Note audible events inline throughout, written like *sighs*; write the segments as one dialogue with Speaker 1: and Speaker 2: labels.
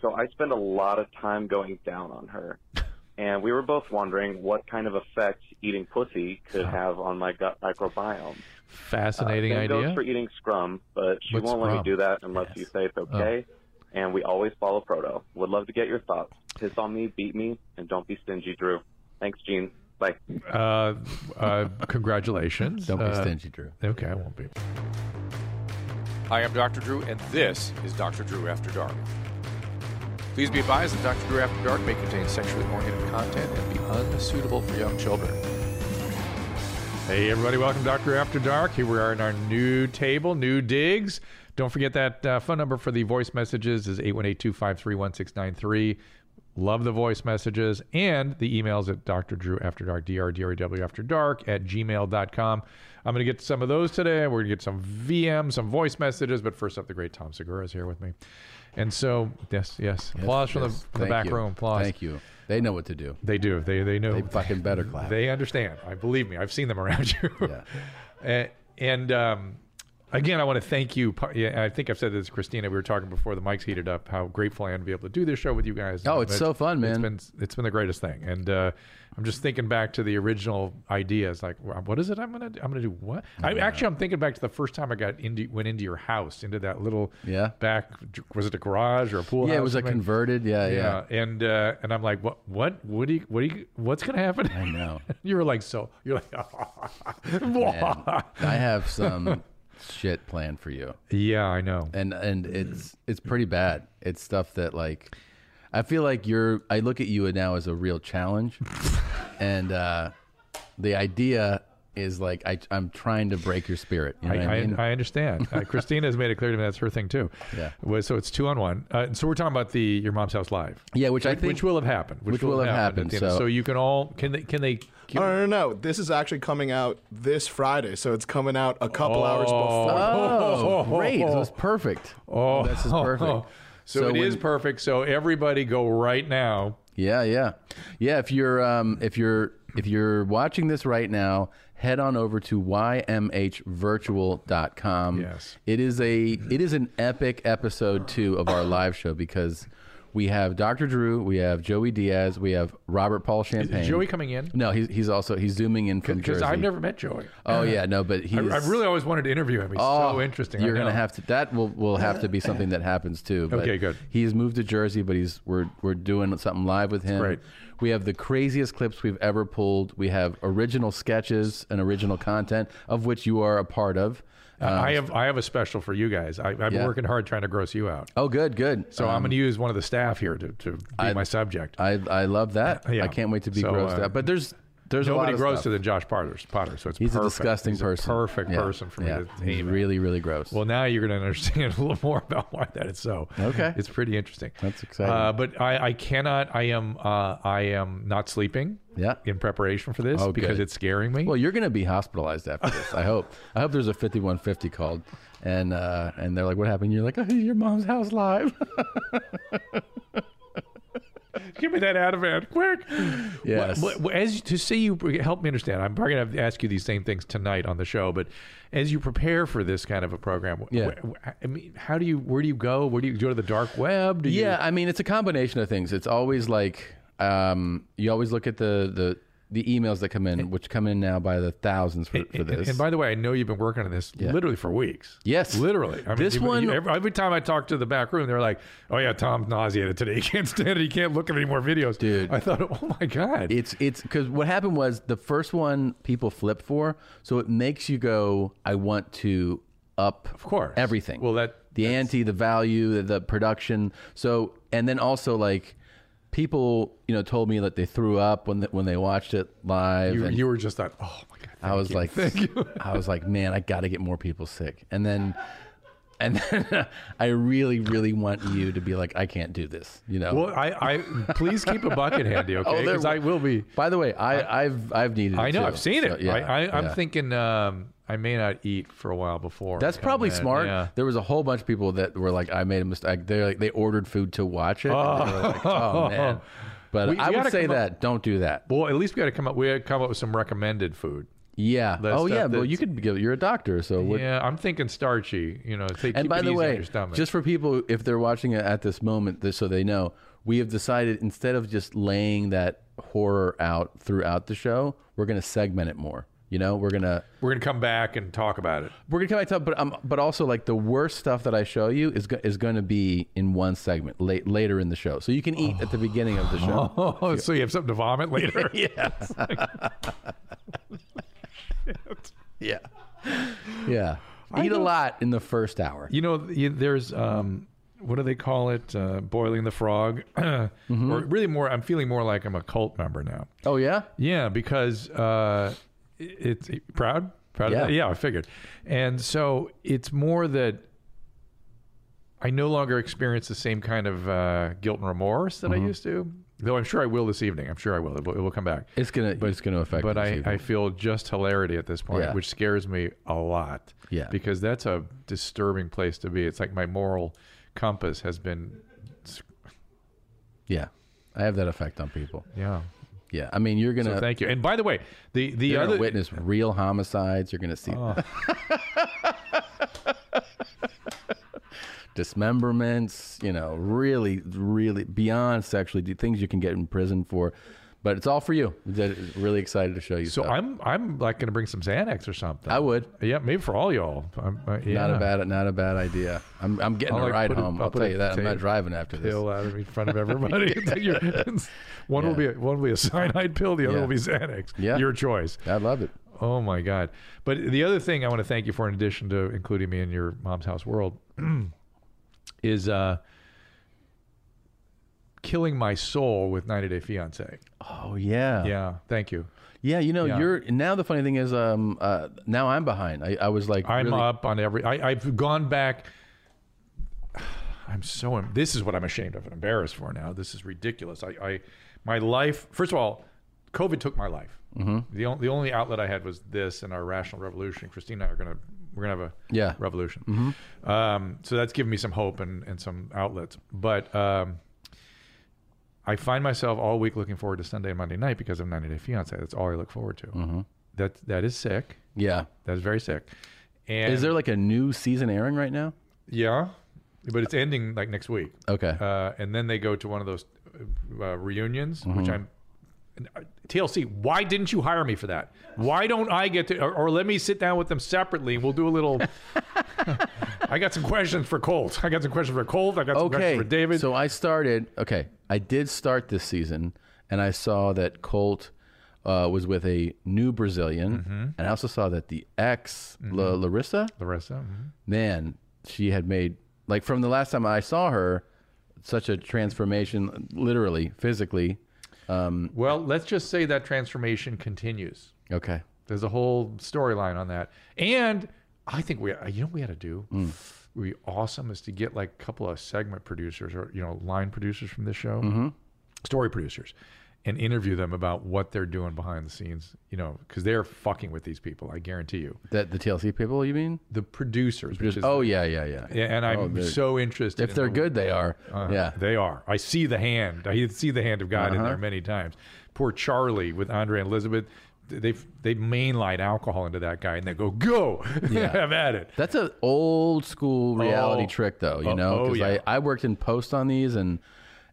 Speaker 1: So I spent a lot of time going down on her. And we were both wondering what kind of effect eating pussy could have on my gut microbiome.
Speaker 2: Fascinating
Speaker 1: Same
Speaker 2: idea.
Speaker 1: goes Uh, for eating scrum, but she
Speaker 2: What's
Speaker 1: won't let me
Speaker 2: scrum? Oh.
Speaker 1: do that unless you say it's okay. And we always follow Proto. Would love to get your thoughts. Piss on me, beat me, and don't be stingy, Drew. Thanks, Gene. Bye.
Speaker 2: uh, uh, congratulations.
Speaker 3: Don't be
Speaker 2: Uh,
Speaker 3: stingy, Drew.
Speaker 2: Okay, I won't be.
Speaker 4: Hi, I'm Dr. Drew, and this is Dr. Drew After Dark. Please be advised that Dr. Drew After Dark may contain sexually oriented content and be unsuitable for young children.
Speaker 2: Hey, everybody, welcome to Dr. After Dark. Here we are in our new table, new digs. Don't forget that uh, phone number for the voice messages is 818 253 1693. Love the voice messages and the emails at Dr. Drew After Dark, D-R-D-R-E-W After Dark at gmail.com. I'm going to get some of those today. We're going to get some VM, some voice messages, but first up, the great Tom Segura is here with me. And so, yes, yes, applause from
Speaker 3: Yes,
Speaker 2: the, the
Speaker 3: thank
Speaker 2: back
Speaker 3: you.
Speaker 2: room, applause.
Speaker 3: Thank you. They know what to do.
Speaker 2: They do. They, they know.
Speaker 3: They fucking better clap.
Speaker 2: They understand. I believe me. I've seen them around *laughs* you.
Speaker 3: Yeah.
Speaker 2: and and um, again, I want to thank you. Pa- Yeah, I think I've said this, Christina. We were talking before the mics heated up. How grateful I am to be able to do this show with you guys.
Speaker 3: Oh, it's so fun,
Speaker 2: It's
Speaker 3: man.
Speaker 2: been it's been the greatest thing. And uh, I'm just thinking back to the original ideas. Like, wh- what is it? I'm gonna do? I'm gonna do what? I actually I'm thinking back to the first time I got into went into your house, into that little
Speaker 3: Yeah.
Speaker 2: back. Was it a garage or a pool?
Speaker 3: yeah, it
Speaker 2: house?
Speaker 3: was a
Speaker 2: I mean,
Speaker 3: converted. Yeah, yeah.
Speaker 2: yeah, and uh, and I'm like, what, what, what do you, what do you, what's gonna happen?
Speaker 3: I know.
Speaker 2: *laughs* you were like, so you're *laughs*
Speaker 3: And
Speaker 2: like,
Speaker 3: I have
Speaker 2: *laughs*
Speaker 3: some shit planned for you.
Speaker 2: yeah, I know.
Speaker 3: and and it's it's pretty bad. It's stuff that like I feel like you're. I look at you now as a real
Speaker 2: *laughs*
Speaker 3: challenge, and uh, the idea is like I, I'm trying to break your spirit. You know
Speaker 2: I,
Speaker 3: what
Speaker 2: I,
Speaker 3: I mean?
Speaker 2: I understand.
Speaker 3: *laughs*
Speaker 2: Uh, Christina has made it clear to me that's her thing too.
Speaker 3: Yeah.
Speaker 2: Well, So it's two on one. Uh, and so we're talking about the your mom's house live.
Speaker 3: yeah, which I think.
Speaker 2: which will have happened.
Speaker 3: which will have
Speaker 2: at
Speaker 3: happened,
Speaker 2: the end.
Speaker 3: so-
Speaker 2: so you can all can they can they
Speaker 5: No, no, no, no. This is actually coming out this Friday, so it's coming out a couple hours before.
Speaker 2: *laughs*
Speaker 3: oh, great! It was perfect. Oh, this is perfect.
Speaker 2: So, it is
Speaker 3: when-
Speaker 2: perfect. So everybody go right now.
Speaker 3: Yeah, yeah, yeah. If you're um, if you're if you're watching this right now, head on over to ymhvirtual.com.
Speaker 2: Yes.
Speaker 3: it is a it is an epic episode two of our live show because we have Dr. Drew, we have Joey Diaz, we have Robert Paul Champagne.
Speaker 2: Is Joey coming in?
Speaker 3: No, he's he's also he's zooming in from
Speaker 2: Because
Speaker 3: Jersey.
Speaker 2: I've never met Joey.
Speaker 3: Oh yeah, no, but he's.
Speaker 2: I, I've really always wanted to interview him. He's so
Speaker 3: Oh,
Speaker 2: interesting. I
Speaker 3: You're gonna
Speaker 2: know.
Speaker 3: have to. That will will have to be something that happens too. But
Speaker 2: Okay, good.
Speaker 3: He's moved to Jersey, but he's we're we're doing something live with him.
Speaker 2: great.
Speaker 3: We have the craziest clips we've ever pulled. We have original sketches and original content of which you are a part of. Uh,
Speaker 2: I have I have a special for you guys. I, I've been
Speaker 3: Yeah.
Speaker 2: working hard trying to gross you out.
Speaker 3: oh, good, good.
Speaker 2: So I'm going to use one of the staff here to, to be my subject.
Speaker 3: Um, I I love that.
Speaker 2: Yeah.
Speaker 3: I can't wait to be
Speaker 2: So,
Speaker 3: grossed
Speaker 2: uh,
Speaker 3: out. But there's there's a lot
Speaker 2: Nobody
Speaker 3: of
Speaker 2: grosser
Speaker 3: stuff.
Speaker 2: than Josh Potter. Potter so it's
Speaker 3: He's
Speaker 2: perfect.
Speaker 3: a disgusting
Speaker 2: He's
Speaker 3: person.
Speaker 2: perfect
Speaker 3: Yeah.
Speaker 2: person for
Speaker 3: yeah.
Speaker 2: me to
Speaker 3: He's
Speaker 2: aim at.
Speaker 3: really really
Speaker 2: *laughs*
Speaker 3: gross.
Speaker 2: Well, now you're going to understand *laughs* a little more about why that is so.
Speaker 3: Okay.
Speaker 2: it's pretty interesting.
Speaker 3: That's exciting.
Speaker 2: Uh, but I, I cannot. I am. Uh, I am not sleeping.
Speaker 3: Yeah.
Speaker 2: In preparation for this
Speaker 3: Oh,
Speaker 2: because
Speaker 3: good.
Speaker 2: it's scaring me.
Speaker 3: Well, you're going to be hospitalized after this. I hope. I hope there's a 5150 called, and uh, and they're like, "What happened?" You're like, oh, "Your mom's house live." *laughs*
Speaker 2: Give me that Ativan, quick!
Speaker 3: Yes.
Speaker 2: Wha- wha- as to see you, help me understand. I'm probably gonna have to ask you these same things tonight on the show. But as you prepare for this kind of a program, wh-
Speaker 3: Yeah.
Speaker 2: wh- wh- I mean, how do you? Where do you go? Where do you go to the dark web? Do you,
Speaker 3: yeah, I mean, it's a combination of things. It's always like um, you always look at the the the emails that come in, which come in now by the thousands for, for
Speaker 2: And,
Speaker 3: this.
Speaker 2: and by the way, I know you've been working on this literally for weeks.
Speaker 3: Yes.
Speaker 2: literally. I mean,
Speaker 3: This
Speaker 2: you-
Speaker 3: one-
Speaker 2: you- every, every time I talk to the back room, they're like, "Oh yeah, Tom's nauseated today. *laughs* He can't stand it. He can't look at any more videos."
Speaker 3: Dude.
Speaker 2: I thought, "Oh my god."
Speaker 3: It's it's because what happened was the first one people flip for, so it makes you go, I want to up of
Speaker 2: course.
Speaker 3: everything.
Speaker 2: Well, that-
Speaker 3: the ante, the value, the, the production. So and then also like people, you know, told me that they threw up when the, when they watched it live.
Speaker 2: you,
Speaker 3: and
Speaker 2: you were just like, "Oh my god."
Speaker 3: I was like, I was like, man, I got to get more people sick. And then. And *laughs* then I really, really want you to be like, I can't do this. You know.
Speaker 2: Well, I, I please keep a bucket
Speaker 3: *laughs*
Speaker 2: handy, okay?
Speaker 3: Oh, there-
Speaker 2: Because I will be.
Speaker 3: By the way, I, I've I've needed. It
Speaker 2: I know.
Speaker 3: too.
Speaker 2: I've seen
Speaker 3: So,
Speaker 2: it.
Speaker 3: yeah,
Speaker 2: I, I, I'm
Speaker 3: yeah.
Speaker 2: thinking um, I may not eat for a while before.
Speaker 3: That's
Speaker 2: I come
Speaker 3: probably
Speaker 2: in,
Speaker 3: smart.
Speaker 2: yeah.
Speaker 3: There was a whole bunch of people that were like, "I made a mistake." They like, they ordered food to watch it. and they were
Speaker 2: *laughs*
Speaker 3: like, oh man! But
Speaker 2: We- we
Speaker 3: I
Speaker 2: gotta
Speaker 3: would say
Speaker 2: come up-
Speaker 3: that don't do that.
Speaker 2: Well, at least we got to come up. We got to come up with some recommended food.
Speaker 3: Yeah.
Speaker 2: That
Speaker 3: oh
Speaker 2: stuff
Speaker 3: yeah. Well, you
Speaker 2: that's-
Speaker 3: could give. You're a doctor, so what,
Speaker 2: yeah, I'm thinking starchy. You know, take,
Speaker 3: and
Speaker 2: keep
Speaker 3: by
Speaker 2: it
Speaker 3: the
Speaker 2: easy on
Speaker 3: way,
Speaker 2: your stomach.
Speaker 3: just for people if they're watching it at this moment, th- so they know, we have decided instead of just laying that horror out throughout the show, we're going to segment it more. You know, we're gonna
Speaker 2: we're gonna come back and talk
Speaker 3: *laughs*
Speaker 2: about it.
Speaker 3: we're gonna come back to but um, but also like the worst stuff that I show you is go, is going to be in one segment late later in the show, so you can eat at the beginning of the show.
Speaker 2: Oh, *laughs* so you have something to vomit later? yeah.
Speaker 3: *laughs* Yeah, yeah. Eat a lot in the first hour.
Speaker 2: You know, you- there's um, what do they call it? Uh, boiling the frog, *clears throat*
Speaker 3: Mm-hmm.
Speaker 2: or really more. I'm feeling more like I'm a cult member now.
Speaker 3: Oh yeah,
Speaker 2: Yeah, because uh, it- it's proud, proud. Yeah.
Speaker 3: Yeah.
Speaker 2: Of that? yeah, I figured. And so it's more that I no longer experience the same kind of uh, guilt and remorse that
Speaker 3: Mm-hmm.
Speaker 2: I used to. Though I'm sure I will this evening. I'm sure I will. It will, it will come back.
Speaker 3: it's gonna it's gonna affect.
Speaker 2: but
Speaker 3: you this
Speaker 2: I,
Speaker 3: evening.
Speaker 2: I feel just hilarity at this point,
Speaker 3: Yeah.
Speaker 2: which scares me a lot.
Speaker 3: Yeah.
Speaker 2: Because that's a disturbing place to be. It's like my moral compass has been.
Speaker 3: yeah, I have that effect on people.
Speaker 2: Yeah.
Speaker 3: Yeah, I mean you're gonna
Speaker 2: Thank you. And by the way, the, the
Speaker 3: You're
Speaker 2: other. Oh.
Speaker 3: gonna witness real homicides. You're gonna see *laughs* dismemberments. You know, really, really beyond sexually do things you can get in prison for. But it's all for you. That- Really excited to show you.
Speaker 2: So
Speaker 3: stuff.
Speaker 2: I'm I'm like going to bring some Xanax or something.
Speaker 3: I would.
Speaker 2: Yeah, maybe for all y'all. I'm, I, yeah.
Speaker 3: Not a bad, not a bad idea. I'm, I'm getting
Speaker 2: I'll,
Speaker 3: a
Speaker 2: like,
Speaker 3: ride
Speaker 2: put a-
Speaker 3: home.
Speaker 2: I'll
Speaker 3: I'll
Speaker 2: put
Speaker 3: tell
Speaker 2: a
Speaker 3: you that. I'm not
Speaker 2: tape
Speaker 3: driving after this.
Speaker 2: pill out of in front of
Speaker 3: *laughs*
Speaker 2: everybody. *laughs* Then you're- one will be a, one will be a cyanide pill, the other
Speaker 3: Yeah.
Speaker 2: will be Xanax.
Speaker 3: Yeah.
Speaker 2: your choice.
Speaker 3: I love it.
Speaker 2: Oh my god! But the other thing I want to thank you for, in addition to including me in your mom's house world, *clears throat* is uh, killing my soul with 90 Day Fiance.
Speaker 3: Oh yeah, yeah.
Speaker 2: Yeah, thank you.
Speaker 3: you know,
Speaker 2: Yeah.
Speaker 3: you're now. The funny thing is, um, uh, now I'm behind. I, I was like,
Speaker 2: I'm uh,
Speaker 3: really-
Speaker 2: up on every. I, I've gone back. *sighs* I'm so. em- This is what I'm ashamed of and embarrassed for now. This is ridiculous. I, I my life. First of all, COVID took my life. Mm-hmm. The, on, the only outlet I had was this and our rational revolution. Christine and I are gonna we're gonna have a
Speaker 3: Yeah. Mm-hmm.
Speaker 2: revolution. Um, so that's given me some hope and and some outlets. But um, I find myself all week looking forward to Sunday and Monday night because of 90 Day Fiance. That's all I look forward to.
Speaker 3: Mm-hmm.
Speaker 2: That that is sick.
Speaker 3: Yeah.
Speaker 2: That's very sick. And
Speaker 3: Is there like a new season airing right now?
Speaker 2: Yeah, but it's ending like next week,
Speaker 3: Okay.
Speaker 2: uh, and then they go to one of those uh, reunions,
Speaker 3: Mm-hmm.
Speaker 2: which I'm. and, uh, TLC, why didn't you hire me for that? Why don't I get to, or, or let me sit down with them separately and we'll do a
Speaker 3: *laughs*
Speaker 2: little. I got some questions for Colt. I got some questions for Colt. I got some
Speaker 3: okay
Speaker 2: questions for David.
Speaker 3: So I started. Okay, I did start this season, and I saw that Colt uh, was with a new Brazilian,
Speaker 2: Mm-hmm.
Speaker 3: and I also saw that the ex La- Larissa,
Speaker 2: the rest of them.
Speaker 3: man, she had made like from the last time I saw her, such a transformation, literally, physically.
Speaker 2: Well, let's just say that transformation continues.
Speaker 3: Okay,
Speaker 2: There's a whole storyline on that. And I think we, you know, what we had to do.
Speaker 3: Mm.
Speaker 2: Would be awesome is to get like a couple of segment producers or you know line producers from this show,
Speaker 3: Mm-hmm.
Speaker 2: story producers, and interview them about what they're doing behind the scenes. You know, because they're fucking with these people. I guarantee you.
Speaker 3: that the TLC people, you mean?
Speaker 2: The producers. Which is,
Speaker 3: Oh yeah, yeah, yeah.
Speaker 2: yeah, and I'm so interested.
Speaker 3: If
Speaker 2: in
Speaker 3: they're
Speaker 2: the-
Speaker 3: good, they are.
Speaker 2: uh,
Speaker 3: yeah. Uh-huh.
Speaker 2: they are. I see the hand. I see the hand of God in there many times. Poor Charlie with Andre and Elizabeth. They they mainline alcohol into that guy, and they go, "Go, *laughs*
Speaker 3: Yeah.
Speaker 2: have at it."
Speaker 3: That's an old school reality
Speaker 2: Oh.
Speaker 3: trick, though.
Speaker 2: Oh,
Speaker 3: You know,
Speaker 2: oh, yeah.
Speaker 3: I, I worked in post on these, and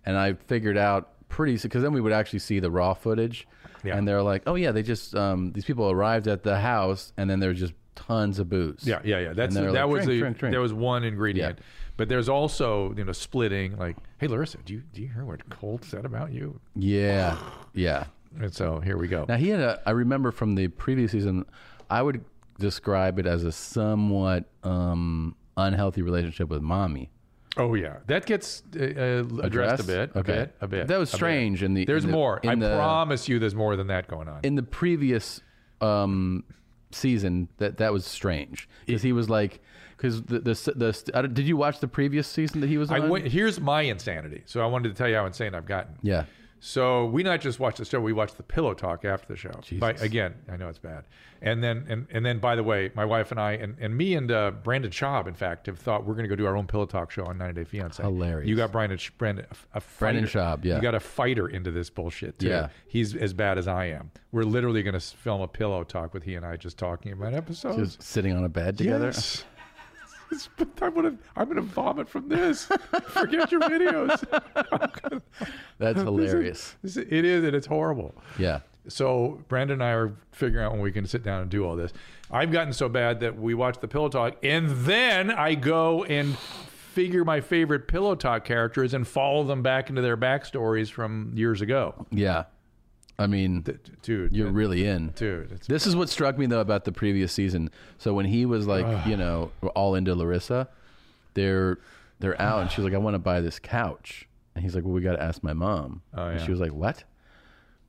Speaker 3: and I figured out pretty because then we would actually see the raw footage,
Speaker 2: Yeah.
Speaker 3: and they're like, oh yeah, they just um, these people arrived at the house, and then there was just tons of booze.
Speaker 2: Yeah, yeah, yeah. That's
Speaker 3: And they're
Speaker 2: that
Speaker 3: like,
Speaker 2: was
Speaker 3: "Drink,
Speaker 2: the
Speaker 3: drink, drink."
Speaker 2: there was one ingredient, but there's also you know splitting. Like, hey, Larissa, do you do you hear what Colt said about you?
Speaker 3: yeah, yeah.
Speaker 2: And so here we go.
Speaker 3: Now he had a. I remember from the previous season, I would describe it as a somewhat um, unhealthy relationship with mommy.
Speaker 2: oh yeah, that gets uh, uh, addressed a
Speaker 3: Addressed?
Speaker 2: bit, a
Speaker 3: Okay.
Speaker 2: bit, a bit.
Speaker 3: That was
Speaker 2: a bit.
Speaker 3: strange in the-
Speaker 2: There's
Speaker 3: in the-
Speaker 2: more.
Speaker 3: in
Speaker 2: I
Speaker 3: the-
Speaker 2: promise you, there's more than that going on.
Speaker 3: in the previous um, season that that was strange because he was like because the the, the st- I don't- did you watch the previous season that he was
Speaker 2: I
Speaker 3: on?
Speaker 2: went, here's my insanity. So I wanted to tell you how insane I've gotten.
Speaker 3: yeah,
Speaker 2: So we not just watch the show, we watch the pillow talk after the show. By,
Speaker 3: Jesus.
Speaker 2: again, I know it's bad. And then and, and then by the way, my wife and I and, and me and uh, Brandon Schaub, in fact, have thought we're gonna go do our own pillow talk show on 90 Day Fiance.
Speaker 3: Hilarious.
Speaker 2: You got Brandon Sh- Brandon a, a
Speaker 3: Brandon
Speaker 2: fighter.
Speaker 3: Schaub, yeah.
Speaker 2: You got a fighter into this bullshit too.
Speaker 3: Yeah.
Speaker 2: He's as bad as I am. We're literally gonna s- film a pillow talk with he and I just talking about episodes.
Speaker 3: Just sitting on a bed together.
Speaker 2: Yes. *laughs* It's- but I'm gonna, I'm gonna vomit from
Speaker 3: *laughs*
Speaker 2: this. Forget your videos. *laughs*
Speaker 3: That's
Speaker 2: This is-
Speaker 3: hilarious.
Speaker 2: this is- it is, and it's horrible.
Speaker 3: Yeah.
Speaker 2: So Brandon and I are figuring out when we can sit down and do all this. I've gotten so bad that we watch the pillow talk, and then I go and figure my favorite pillow talk characters and follow them back into their backstories from years ago.
Speaker 3: Yeah. I mean,
Speaker 2: D- Dude,
Speaker 3: you're really in.
Speaker 2: dude, it's
Speaker 3: This is what struck me though about the previous season. So when he was like, you know, all into Larissa, they're they're out, and she's like, I want to buy this couch, and he's like, Well, we got to ask my mom.
Speaker 2: Oh,
Speaker 3: And
Speaker 2: yeah.
Speaker 3: she was like, What?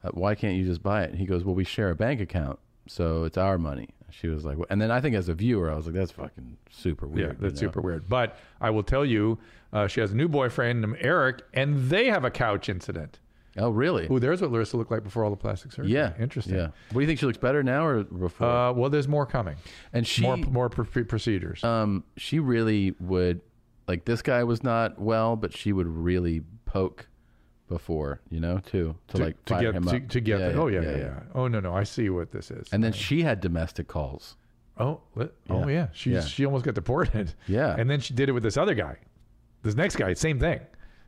Speaker 3: Uh, why can't you just buy it? And he goes, Well, we share a bank account, so it's our money. She was like, "Wha-" and then I think as a viewer, I was like, That's fucking super
Speaker 2: Yeah,
Speaker 3: weird. you
Speaker 2: that's
Speaker 3: know?
Speaker 2: super weird. But I will tell you, uh, she has a new boyfriend named Eric, and they have a couch incident.
Speaker 3: Oh, really?
Speaker 2: Ooh, there's what Larissa looked like before all the plastic surgery.
Speaker 3: Yeah,
Speaker 2: interesting.
Speaker 3: Yeah. What do you think she looks better now or before?
Speaker 2: Uh, well, there's more coming.
Speaker 3: and she
Speaker 2: More more pr- procedures.
Speaker 3: um, she really would like this guy was not well, but she would really poke before, you know, too to, like
Speaker 2: to
Speaker 3: fire
Speaker 2: get
Speaker 3: him
Speaker 2: to,
Speaker 3: up.
Speaker 2: to get. the- oh yeah yeah, yeah Oh no no, I see what this is.
Speaker 3: And then she had domestic calls.
Speaker 2: oh li- oh yeah, she
Speaker 3: Yeah.
Speaker 2: she almost got deported.
Speaker 3: *laughs* Yeah.
Speaker 2: And then she did it with this other guy, this next guy, same thing.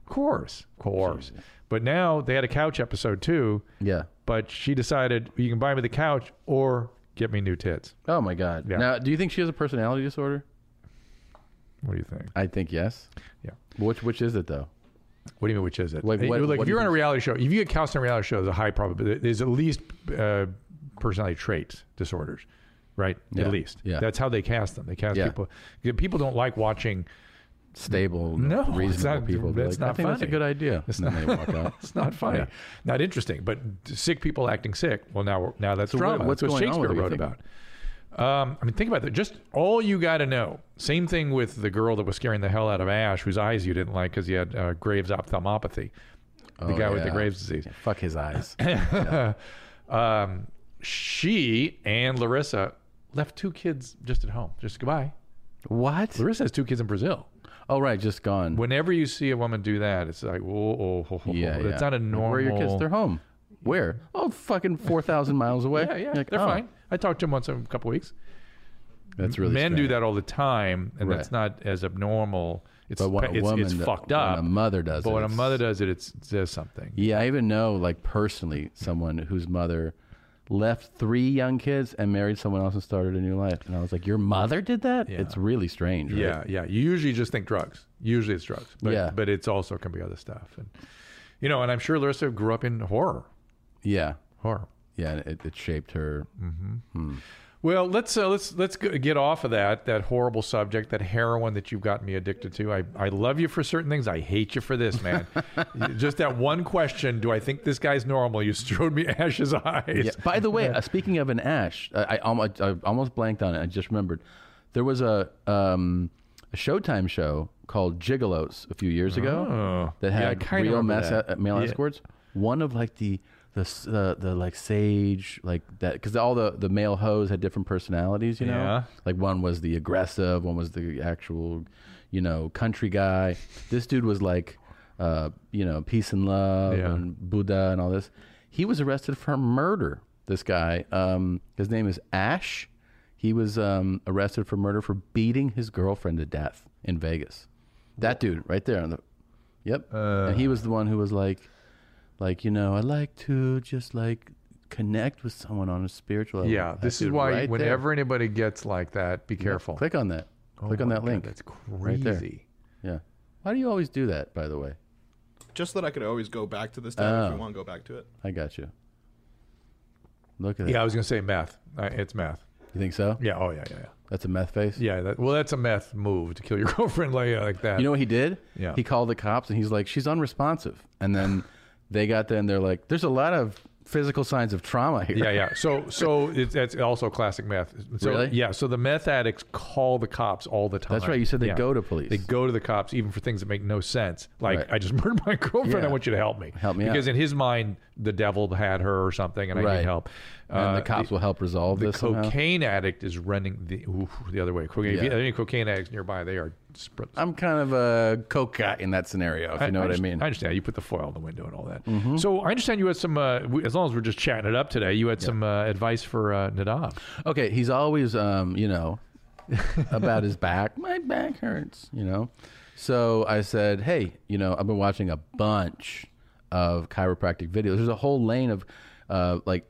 Speaker 2: Of course, of course. But now they had a couch episode too.
Speaker 3: Yeah.
Speaker 2: But she decided you can buy me the couch or get me new tits.
Speaker 3: Oh my god.
Speaker 2: Yeah.
Speaker 3: Now, do you think she has a personality disorder?
Speaker 2: What do you think?
Speaker 3: I think yes.
Speaker 2: Yeah.
Speaker 3: Which which is it though?
Speaker 2: What do you mean? Which is it?
Speaker 3: Like,
Speaker 2: Hey,
Speaker 3: what-
Speaker 2: like
Speaker 3: what
Speaker 2: if
Speaker 3: do
Speaker 2: you're on
Speaker 3: you
Speaker 2: a reality show, if you get cast on a reality show, there's a high probability. There's at least uh, personality traits disorders, right?
Speaker 3: Yeah.
Speaker 2: At least.
Speaker 3: Yeah.
Speaker 2: That's how they cast them. They cast
Speaker 3: Yeah.
Speaker 2: people. People don't like watching.
Speaker 3: Stable,
Speaker 2: No, it's
Speaker 3: reasonable
Speaker 2: not-
Speaker 3: people. be
Speaker 2: that's
Speaker 3: like, I
Speaker 2: not
Speaker 3: think that's a
Speaker 2: funny.
Speaker 3: good idea.
Speaker 2: It's
Speaker 3: and then
Speaker 2: not-
Speaker 3: they walk out.
Speaker 2: *laughs* It's not funny,
Speaker 3: Yeah.
Speaker 2: not interesting. But sick people acting sick. Well, now we're, now that's
Speaker 3: So what-
Speaker 2: drama.
Speaker 3: what's
Speaker 2: that's what
Speaker 3: going on
Speaker 2: Shakespeare
Speaker 3: with
Speaker 2: wrote
Speaker 3: it, you
Speaker 2: about. Um, I mean, think about that. Just all you got to know. Same thing with the girl that was scaring the hell out of Ash, whose eyes you didn't like because he had uh, Graves ophthalmopathy. The
Speaker 3: Oh,
Speaker 2: guy with the
Speaker 3: yeah.
Speaker 2: Graves disease.
Speaker 3: Fuck his eyes.
Speaker 2: um, she and Larissa left two kids just at home. Just goodbye.
Speaker 3: what?
Speaker 2: Larissa has two kids in Brazil.
Speaker 3: Oh right, just gone.
Speaker 2: Whenever you see a woman do that, it's like, whoa, oh, oh, oh,
Speaker 3: yeah,
Speaker 2: it's
Speaker 3: yeah.
Speaker 2: not a
Speaker 3: Like,
Speaker 2: normal.
Speaker 3: Where are your kids? They're home. Where? Oh, fucking four thousand miles away.
Speaker 2: Yeah, yeah,
Speaker 3: You're like,
Speaker 2: they're
Speaker 3: oh,
Speaker 2: fine. I talked to them once in a couple weeks.
Speaker 3: That's really
Speaker 2: Men do
Speaker 3: strange.
Speaker 2: that all the time, and
Speaker 3: Right.
Speaker 2: that's not as abnormal. It's
Speaker 3: But when a
Speaker 2: it's,
Speaker 3: woman,
Speaker 2: it's
Speaker 3: do-
Speaker 2: fucked
Speaker 3: when
Speaker 2: up.
Speaker 3: a mother does
Speaker 2: but
Speaker 3: it.
Speaker 2: when a
Speaker 3: it's-
Speaker 2: mother does it, it's, it says something.
Speaker 3: yeah, I even know like personally someone whose mother left three young kids and married someone else and started a new life. And I was like, your mother did that? It's really strange. Right?
Speaker 2: Yeah, yeah. You usually just think drugs. Usually it's drugs. But,
Speaker 3: Yeah.
Speaker 2: But it's also can be other stuff. And you know, and I'm sure Larissa grew up in horror.
Speaker 3: yeah,
Speaker 2: Horror.
Speaker 3: yeah. and It, it shaped her.
Speaker 2: Well, let's uh, let's let's g- get off of that that horrible subject, that heroin that you've gotten me addicted to. I, I love you for certain things. I hate you for this,
Speaker 3: *laughs*
Speaker 2: man. Just that one question: Do I think this guy's normal? You showed me *laughs* Ash's eyes.
Speaker 3: Yeah. By the way, uh, speaking of an ash, I, I, almost, I almost blanked on it. I just remembered there was a, um, a Showtime show called Gigolos a few years ago that
Speaker 2: Oh. Yeah, I
Speaker 3: had
Speaker 2: kinda
Speaker 3: real
Speaker 2: remember
Speaker 3: mass,
Speaker 2: that.
Speaker 3: uh, male
Speaker 2: Yeah.
Speaker 3: escorts. One of like the the s- uh, the like sage like that because all the the male hoes had different personalities. You know,
Speaker 2: Yeah.
Speaker 3: like one was the aggressive, one was the actual, you know, country guy. This dude was like. Uh, you know, peace and love,
Speaker 2: Yeah.
Speaker 3: and Buddha and all this. He was arrested for murder. This guy, um, his name is Ash. He was um, arrested for murder for beating his girlfriend to death in Vegas. That dude right there on the, yep.
Speaker 2: Uh,
Speaker 3: and he was the one who was like, like you know, I like to just like connect with someone on a spiritual level.
Speaker 2: Yeah,
Speaker 3: That
Speaker 2: this is
Speaker 3: dude
Speaker 2: why
Speaker 3: right there.
Speaker 2: whenever anybody gets like that, be careful. Oh
Speaker 3: click on that, click on
Speaker 2: my
Speaker 3: that
Speaker 2: God,
Speaker 3: link.
Speaker 2: That's
Speaker 3: Right
Speaker 2: crazy.
Speaker 3: there. Yeah. Why do you always do that? By the way,
Speaker 5: Just so that I could always go back to this time if
Speaker 2: Oh.
Speaker 5: you want to go back to it.
Speaker 3: I got you. Look at that.
Speaker 2: Yeah, I was gonna say math. I, it's math.
Speaker 3: You think so?
Speaker 2: Yeah. Oh yeah, yeah, yeah.
Speaker 3: That's a meth face.
Speaker 2: Yeah. That, well, that's a meth move to kill your *laughs* girlfriend like, like that.
Speaker 3: You know what he did?
Speaker 2: Yeah. *laughs*
Speaker 3: He called the cops and he's like, she's unresponsive. And then they got there and they're like, there's a lot of physical signs of trauma here.
Speaker 2: Yeah, yeah. So, so it's, that's also classic meth. So,
Speaker 3: Really?
Speaker 2: Yeah. So the meth addicts call the cops all the time.
Speaker 3: That's right. You said they
Speaker 2: Yeah.
Speaker 3: go to police.
Speaker 2: They go to the cops even for things that make no sense. Like
Speaker 3: Right.
Speaker 2: I just *laughs* murdered my girlfriend. I
Speaker 3: Yeah.
Speaker 2: want you to help me.
Speaker 3: Help me out.
Speaker 2: Because in his mind, the devil had her or something, and I need
Speaker 3: Right.
Speaker 2: help.
Speaker 3: and
Speaker 2: Uh,
Speaker 3: the cops will help resolve
Speaker 2: the
Speaker 3: this somehow.
Speaker 2: cocaine addict is running the oof, the other way. Cocaine, If you
Speaker 3: Yeah.
Speaker 2: have any cocaine addicts nearby, they are. Sp-
Speaker 3: I'm kind of a coke guy in that scenario, if you know what I
Speaker 2: understand-
Speaker 3: mean. Mm-hmm.
Speaker 2: I understand. You put the foil in the window and all that. So I understand you had some. Uh, we, as long as we're just chatting it up today, you had some uh, advice for uh, Nadav.
Speaker 3: okay, he's always, um, you know, *laughs* about his back. My back hurts, you know. So I said, hey, you know, I've been watching a bunch of chiropractic videos. There's a whole lane of uh, like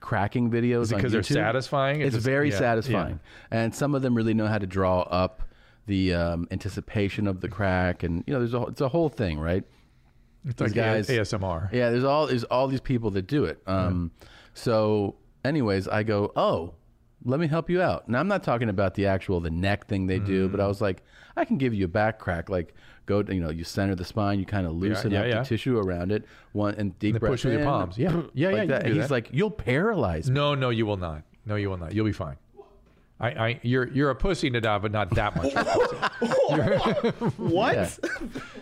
Speaker 3: cracking videos
Speaker 2: it
Speaker 3: on
Speaker 2: 'cause they're
Speaker 3: YouTube.
Speaker 2: satisfying? It's
Speaker 3: It's,
Speaker 2: just-
Speaker 3: very
Speaker 2: yeah,
Speaker 3: satisfying, and some of them really know how to draw up the um, anticipation of the crack, and you know, there's a whole- it's a whole thing, right?
Speaker 2: It's like
Speaker 3: guys-
Speaker 2: ASMR.
Speaker 3: Yeah, there's all there's all these people that do it. Um, So, anyways, I go, oh, let me help you out. Now I'm not talking about the actual the neck thing they do,
Speaker 2: Mm.
Speaker 3: but I was like, I can give you a back crack. Like, go, you know, you center the spine, you kind of loosen
Speaker 2: yeah,
Speaker 3: up
Speaker 2: yeah.
Speaker 3: the tissue around it, one and deep
Speaker 2: then
Speaker 3: breath
Speaker 2: push with your
Speaker 3: in,
Speaker 2: palms. *laughs* Yeah. Yeah, yeah,
Speaker 3: like
Speaker 2: you
Speaker 3: that.
Speaker 2: can
Speaker 3: And
Speaker 2: do
Speaker 3: he's
Speaker 2: that.
Speaker 3: like, you'll paralyze. me."
Speaker 2: No, no, you will not. No, you will not. You'll be fine. I, I, you're, you're a pussy, Nadav, but not that much.
Speaker 3: *laughs*
Speaker 6: What?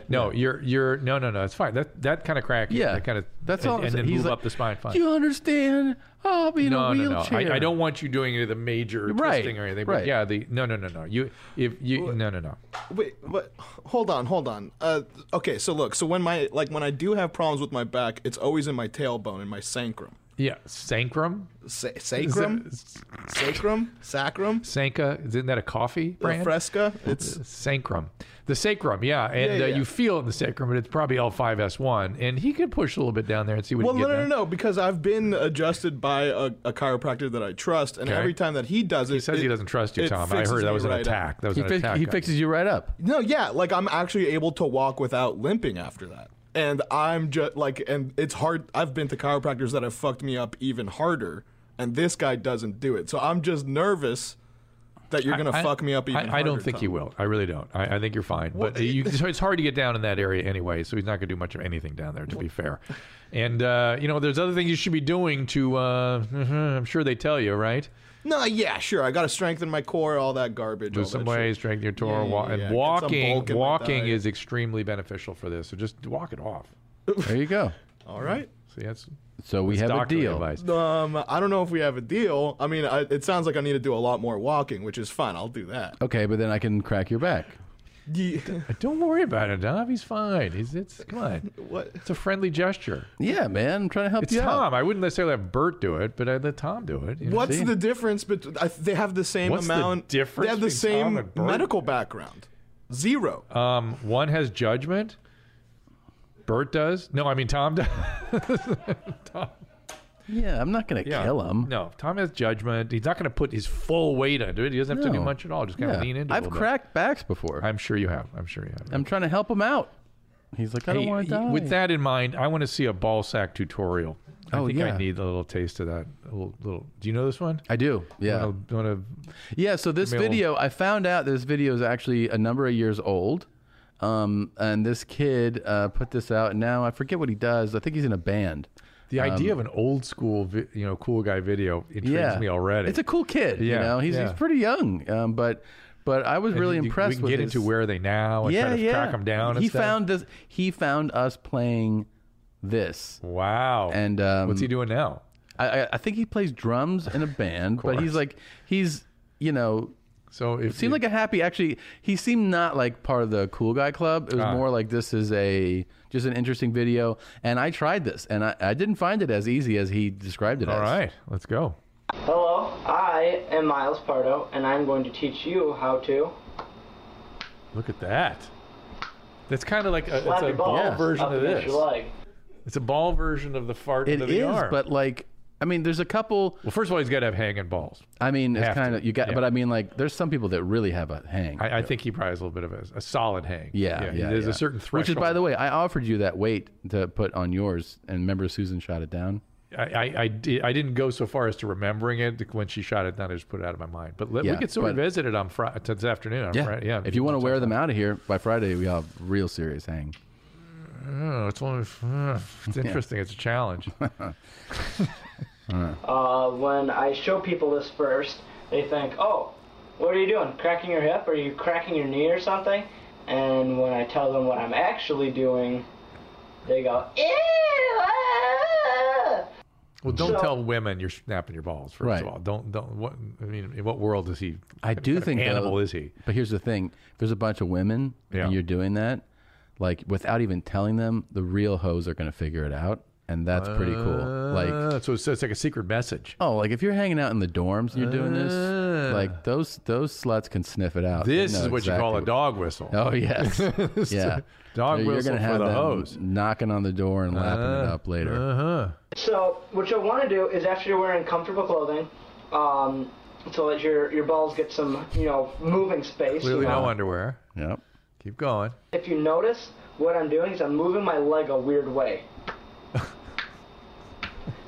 Speaker 2: no, you're, you're, no, no, no. It's fine. That, that kind of crack.
Speaker 3: Yeah,
Speaker 2: that kind of.
Speaker 3: That's
Speaker 2: and,
Speaker 3: all. I'm
Speaker 2: And
Speaker 3: saying.
Speaker 2: then
Speaker 3: he's
Speaker 2: move
Speaker 3: like,
Speaker 2: up the spine. Fine.
Speaker 3: You understand? I'll be in
Speaker 2: no,
Speaker 3: a
Speaker 2: no, no.
Speaker 3: wheelchair.
Speaker 2: I, I don't want you doing any of the major
Speaker 3: Right,
Speaker 2: twisting or anything. But
Speaker 3: right.
Speaker 2: yeah, the no, no, no, no. You, if you, no, no, no.
Speaker 5: Wait, but hold on, hold on. Uh, okay, so look, so when my like when I do have problems with my back, it's always in my tailbone, in my sacrum.
Speaker 2: Yeah, Sancrum,
Speaker 5: Sa- sacrum, sacrum, sacrum,
Speaker 2: Sanka. Isn't that a coffee
Speaker 5: uh,
Speaker 2: brand?
Speaker 5: fresca. It's
Speaker 2: sacrum. The sacrum, yeah. And
Speaker 5: Yeah,
Speaker 2: Uh,
Speaker 5: yeah.
Speaker 2: you feel it in the sacrum, but it's probably L5S1. And he could push a little bit down there and see what
Speaker 5: well,
Speaker 2: he
Speaker 5: no,
Speaker 2: can get
Speaker 5: no, no,
Speaker 2: down.
Speaker 5: no, because I've been adjusted by a, a chiropractor that I trust, and
Speaker 2: Okay.
Speaker 5: every time that he does it, he
Speaker 2: Says he doesn't trust you, Tom. I heard that was an attack. That was
Speaker 3: He,
Speaker 2: an
Speaker 3: fix-
Speaker 2: attack.
Speaker 3: he
Speaker 2: on
Speaker 3: fixes you right up.
Speaker 5: No, yeah, like I'm actually able to walk without limping after that. And I'm just like, and it's hard. I've been to chiropractors that have fucked me up even harder, and this guy doesn't do it. So I'm just nervous that you're
Speaker 2: you.
Speaker 5: gonna
Speaker 2: I-
Speaker 5: fuck me up even.
Speaker 2: I, I don't
Speaker 5: harder,
Speaker 2: think
Speaker 5: Tom.
Speaker 2: he will. I really don't. I, I think you're fine. but
Speaker 5: Well, *laughs*
Speaker 2: you, so it's hard to get down in that area anyway, so he's not going to do much of anything down there, to be fair. And, uh, you know, there's other things you should be doing to, uh, *laughs* I'm sure they tell you, right?
Speaker 5: No, yeah, sure. I gotta strengthen my core, all that garbage. all
Speaker 2: Lose
Speaker 5: that
Speaker 2: some
Speaker 5: shit.
Speaker 2: weight, strengthen your
Speaker 5: Yeah,
Speaker 2: torso,
Speaker 5: yeah,
Speaker 2: wa-
Speaker 5: yeah. Get
Speaker 2: and
Speaker 5: some
Speaker 2: walking.
Speaker 5: bulk in my
Speaker 2: Walking
Speaker 5: diet.
Speaker 2: is extremely beneficial for this. So just walk it off.
Speaker 3: There you go.
Speaker 5: All right.
Speaker 2: See, that's
Speaker 3: So we
Speaker 2: that's
Speaker 3: have a
Speaker 2: doctorate
Speaker 3: deal.
Speaker 2: advice.
Speaker 5: Um, I don't know if we have a deal. I mean, I, it sounds like I need to do a lot more walking, which is fine. I'll do that.
Speaker 3: Okay, but then I can crack your back.
Speaker 5: Yeah,
Speaker 2: "Uh, Don't worry about it, Dov. He's fine. He's it's come on.
Speaker 5: *laughs* what?
Speaker 2: It's a friendly gesture.
Speaker 3: Yeah, man, I'm trying to help
Speaker 2: It's
Speaker 3: you out.
Speaker 2: Tom. I wouldn't necessarily have Bert do it, but I'd let Tom do it. you know?
Speaker 5: What's
Speaker 3: See?
Speaker 5: the difference? But they have the same
Speaker 2: What's the
Speaker 5: amount.
Speaker 2: difference
Speaker 5: They have the
Speaker 2: between Tom
Speaker 5: same
Speaker 2: and Bert?
Speaker 5: medical background. Zero.
Speaker 2: Um, one has judgment. Bert does. No, I mean Tom does.
Speaker 3: Yeah, I'm not gonna
Speaker 2: Yeah.
Speaker 3: *laughs* kill him.
Speaker 2: No, Tom has judgment. He's not going to put his full weight into it. He doesn't have to do
Speaker 3: No.
Speaker 2: much at all. Just kind of
Speaker 3: Yeah.
Speaker 2: lean into. it a
Speaker 3: I've
Speaker 2: little bit.
Speaker 3: cracked backs before. I'm,
Speaker 2: I'm sure you have. I'm sure you have.
Speaker 3: trying to help him out. He's like, I
Speaker 2: Hey,
Speaker 3: don't want to
Speaker 2: y-
Speaker 3: die.
Speaker 2: With that in mind, I want to see a ball sack tutorial. I
Speaker 3: Oh,
Speaker 2: think I
Speaker 3: yeah.
Speaker 2: need a little taste of that. A little, little. Do you know this one?
Speaker 3: I do. Yeah.
Speaker 2: Want to
Speaker 3: yeah. So this
Speaker 2: me a little-
Speaker 3: video, I found out this video is actually a number of years old. Um, and this kid uh, put this out. And now I forget what he does. I think he's in a band.
Speaker 2: The
Speaker 3: Um,
Speaker 2: idea of an old school, vi- you know, cool guy video intrigues
Speaker 3: yeah.
Speaker 2: me already.
Speaker 3: It's a cool kid.
Speaker 2: Yeah,
Speaker 3: You know, he's,
Speaker 2: yeah.
Speaker 3: he's pretty young. Um, but but I was
Speaker 2: And
Speaker 3: really
Speaker 2: you- We
Speaker 3: impressed
Speaker 2: can
Speaker 3: with
Speaker 2: get
Speaker 3: his-
Speaker 2: into where are they now and
Speaker 3: yeah,
Speaker 2: try to
Speaker 3: yeah.
Speaker 2: track them down. And
Speaker 3: He
Speaker 2: stuff.
Speaker 3: found this. He found us playing this.
Speaker 2: Wow.
Speaker 3: And um,
Speaker 2: what's he doing now?
Speaker 3: I, I- I think he plays drums
Speaker 2: *laughs*
Speaker 3: in a band, but he's like he's you know
Speaker 2: So if
Speaker 3: seemed
Speaker 2: you-
Speaker 3: like a happy. Actually, he seemed not like part of the cool guy club. It was
Speaker 2: Ah.
Speaker 3: more like this is a just an interesting video. And I tried this, and I, I didn't find it as easy as he described it.
Speaker 2: all
Speaker 3: as.
Speaker 2: right, let's go.
Speaker 7: Hello, I am Miles Pardo, and I'm going to teach you how to
Speaker 2: Look at that. That's kind of like a,
Speaker 7: slap
Speaker 2: it's a
Speaker 7: your balls
Speaker 2: ball
Speaker 3: Yeah.
Speaker 2: version
Speaker 7: up
Speaker 2: of
Speaker 7: against
Speaker 2: this.
Speaker 7: your leg.
Speaker 2: It's a ball version of the fart
Speaker 3: It
Speaker 2: into
Speaker 3: is,
Speaker 2: the arm.
Speaker 3: but like I mean, there's a couple.
Speaker 2: well, first of all, he's got to have hanging balls.
Speaker 3: I mean, it's
Speaker 2: Have to.
Speaker 3: kind of you got,
Speaker 2: Yeah.
Speaker 3: but I mean, like there's some people that really have a hang.
Speaker 2: I, I think he probably has a little bit of a, a solid hang.
Speaker 3: Yeah, yeah,
Speaker 2: there's
Speaker 3: yeah.
Speaker 2: a certain threshold.
Speaker 3: Which is, by the way, I offered you that weight to put on yours, and remember Susan shot it down.
Speaker 2: I, I, I, did, I didn't go so far as to remembering it when she shot it. Then I just put it out of my mind. But let, we
Speaker 3: Yeah,
Speaker 2: could still
Speaker 3: but-
Speaker 2: revisit it on Friday this afternoon. On Fri- yeah.
Speaker 3: If you want to wear them out of here by Friday, we have real serious hang.
Speaker 2: Oh, it's influ- It's interesting. It's a
Speaker 3: *laughs*
Speaker 2: challenge.
Speaker 7: Uh, when I show people this first, they think, oh, what are you doing? Cracking your hip? Are you cracking your knee or something? And when I tell them what I'm actually doing, they go, "Eh." ew! ah."
Speaker 2: Well, don't
Speaker 7: So-
Speaker 2: tell women you're snapping your balls. First
Speaker 3: Right.
Speaker 2: of all, don't don't. What I mean, in what world is he?
Speaker 3: I do
Speaker 2: what kind
Speaker 3: think
Speaker 2: of animal
Speaker 3: though,
Speaker 2: is he?
Speaker 3: But here's the thing: if there's a bunch of women
Speaker 2: Yeah.
Speaker 3: and you're doing that, like without even telling them, the real hoes are going to figure it out, and that's pretty cool. Like,
Speaker 2: Uh, so, it's, so it's like a secret message.
Speaker 3: oh, like if you're hanging out in the dorms and you're doing this, like those those sluts can sniff it out. They
Speaker 2: Uh. This
Speaker 3: know
Speaker 2: is what you call a
Speaker 3: exactly-
Speaker 2: dog whistle. *laughs*
Speaker 3: Oh yes, yeah.
Speaker 2: Dog
Speaker 3: you're
Speaker 2: whistle
Speaker 3: gonna
Speaker 2: for
Speaker 3: have
Speaker 2: the
Speaker 3: them
Speaker 2: hose.
Speaker 3: knocking on the door and
Speaker 2: Uh,
Speaker 3: lapping it up later.
Speaker 2: uh-huh.
Speaker 7: So, what you'll want to do is after you're wearing comfortable clothing, um, so that your, your balls get some, you know, moving space.
Speaker 2: Clearly,
Speaker 7: you know.
Speaker 2: no underwear.
Speaker 3: Yep.
Speaker 2: Keep going.
Speaker 7: If you notice, what I'm doing is I'm moving my leg a weird way.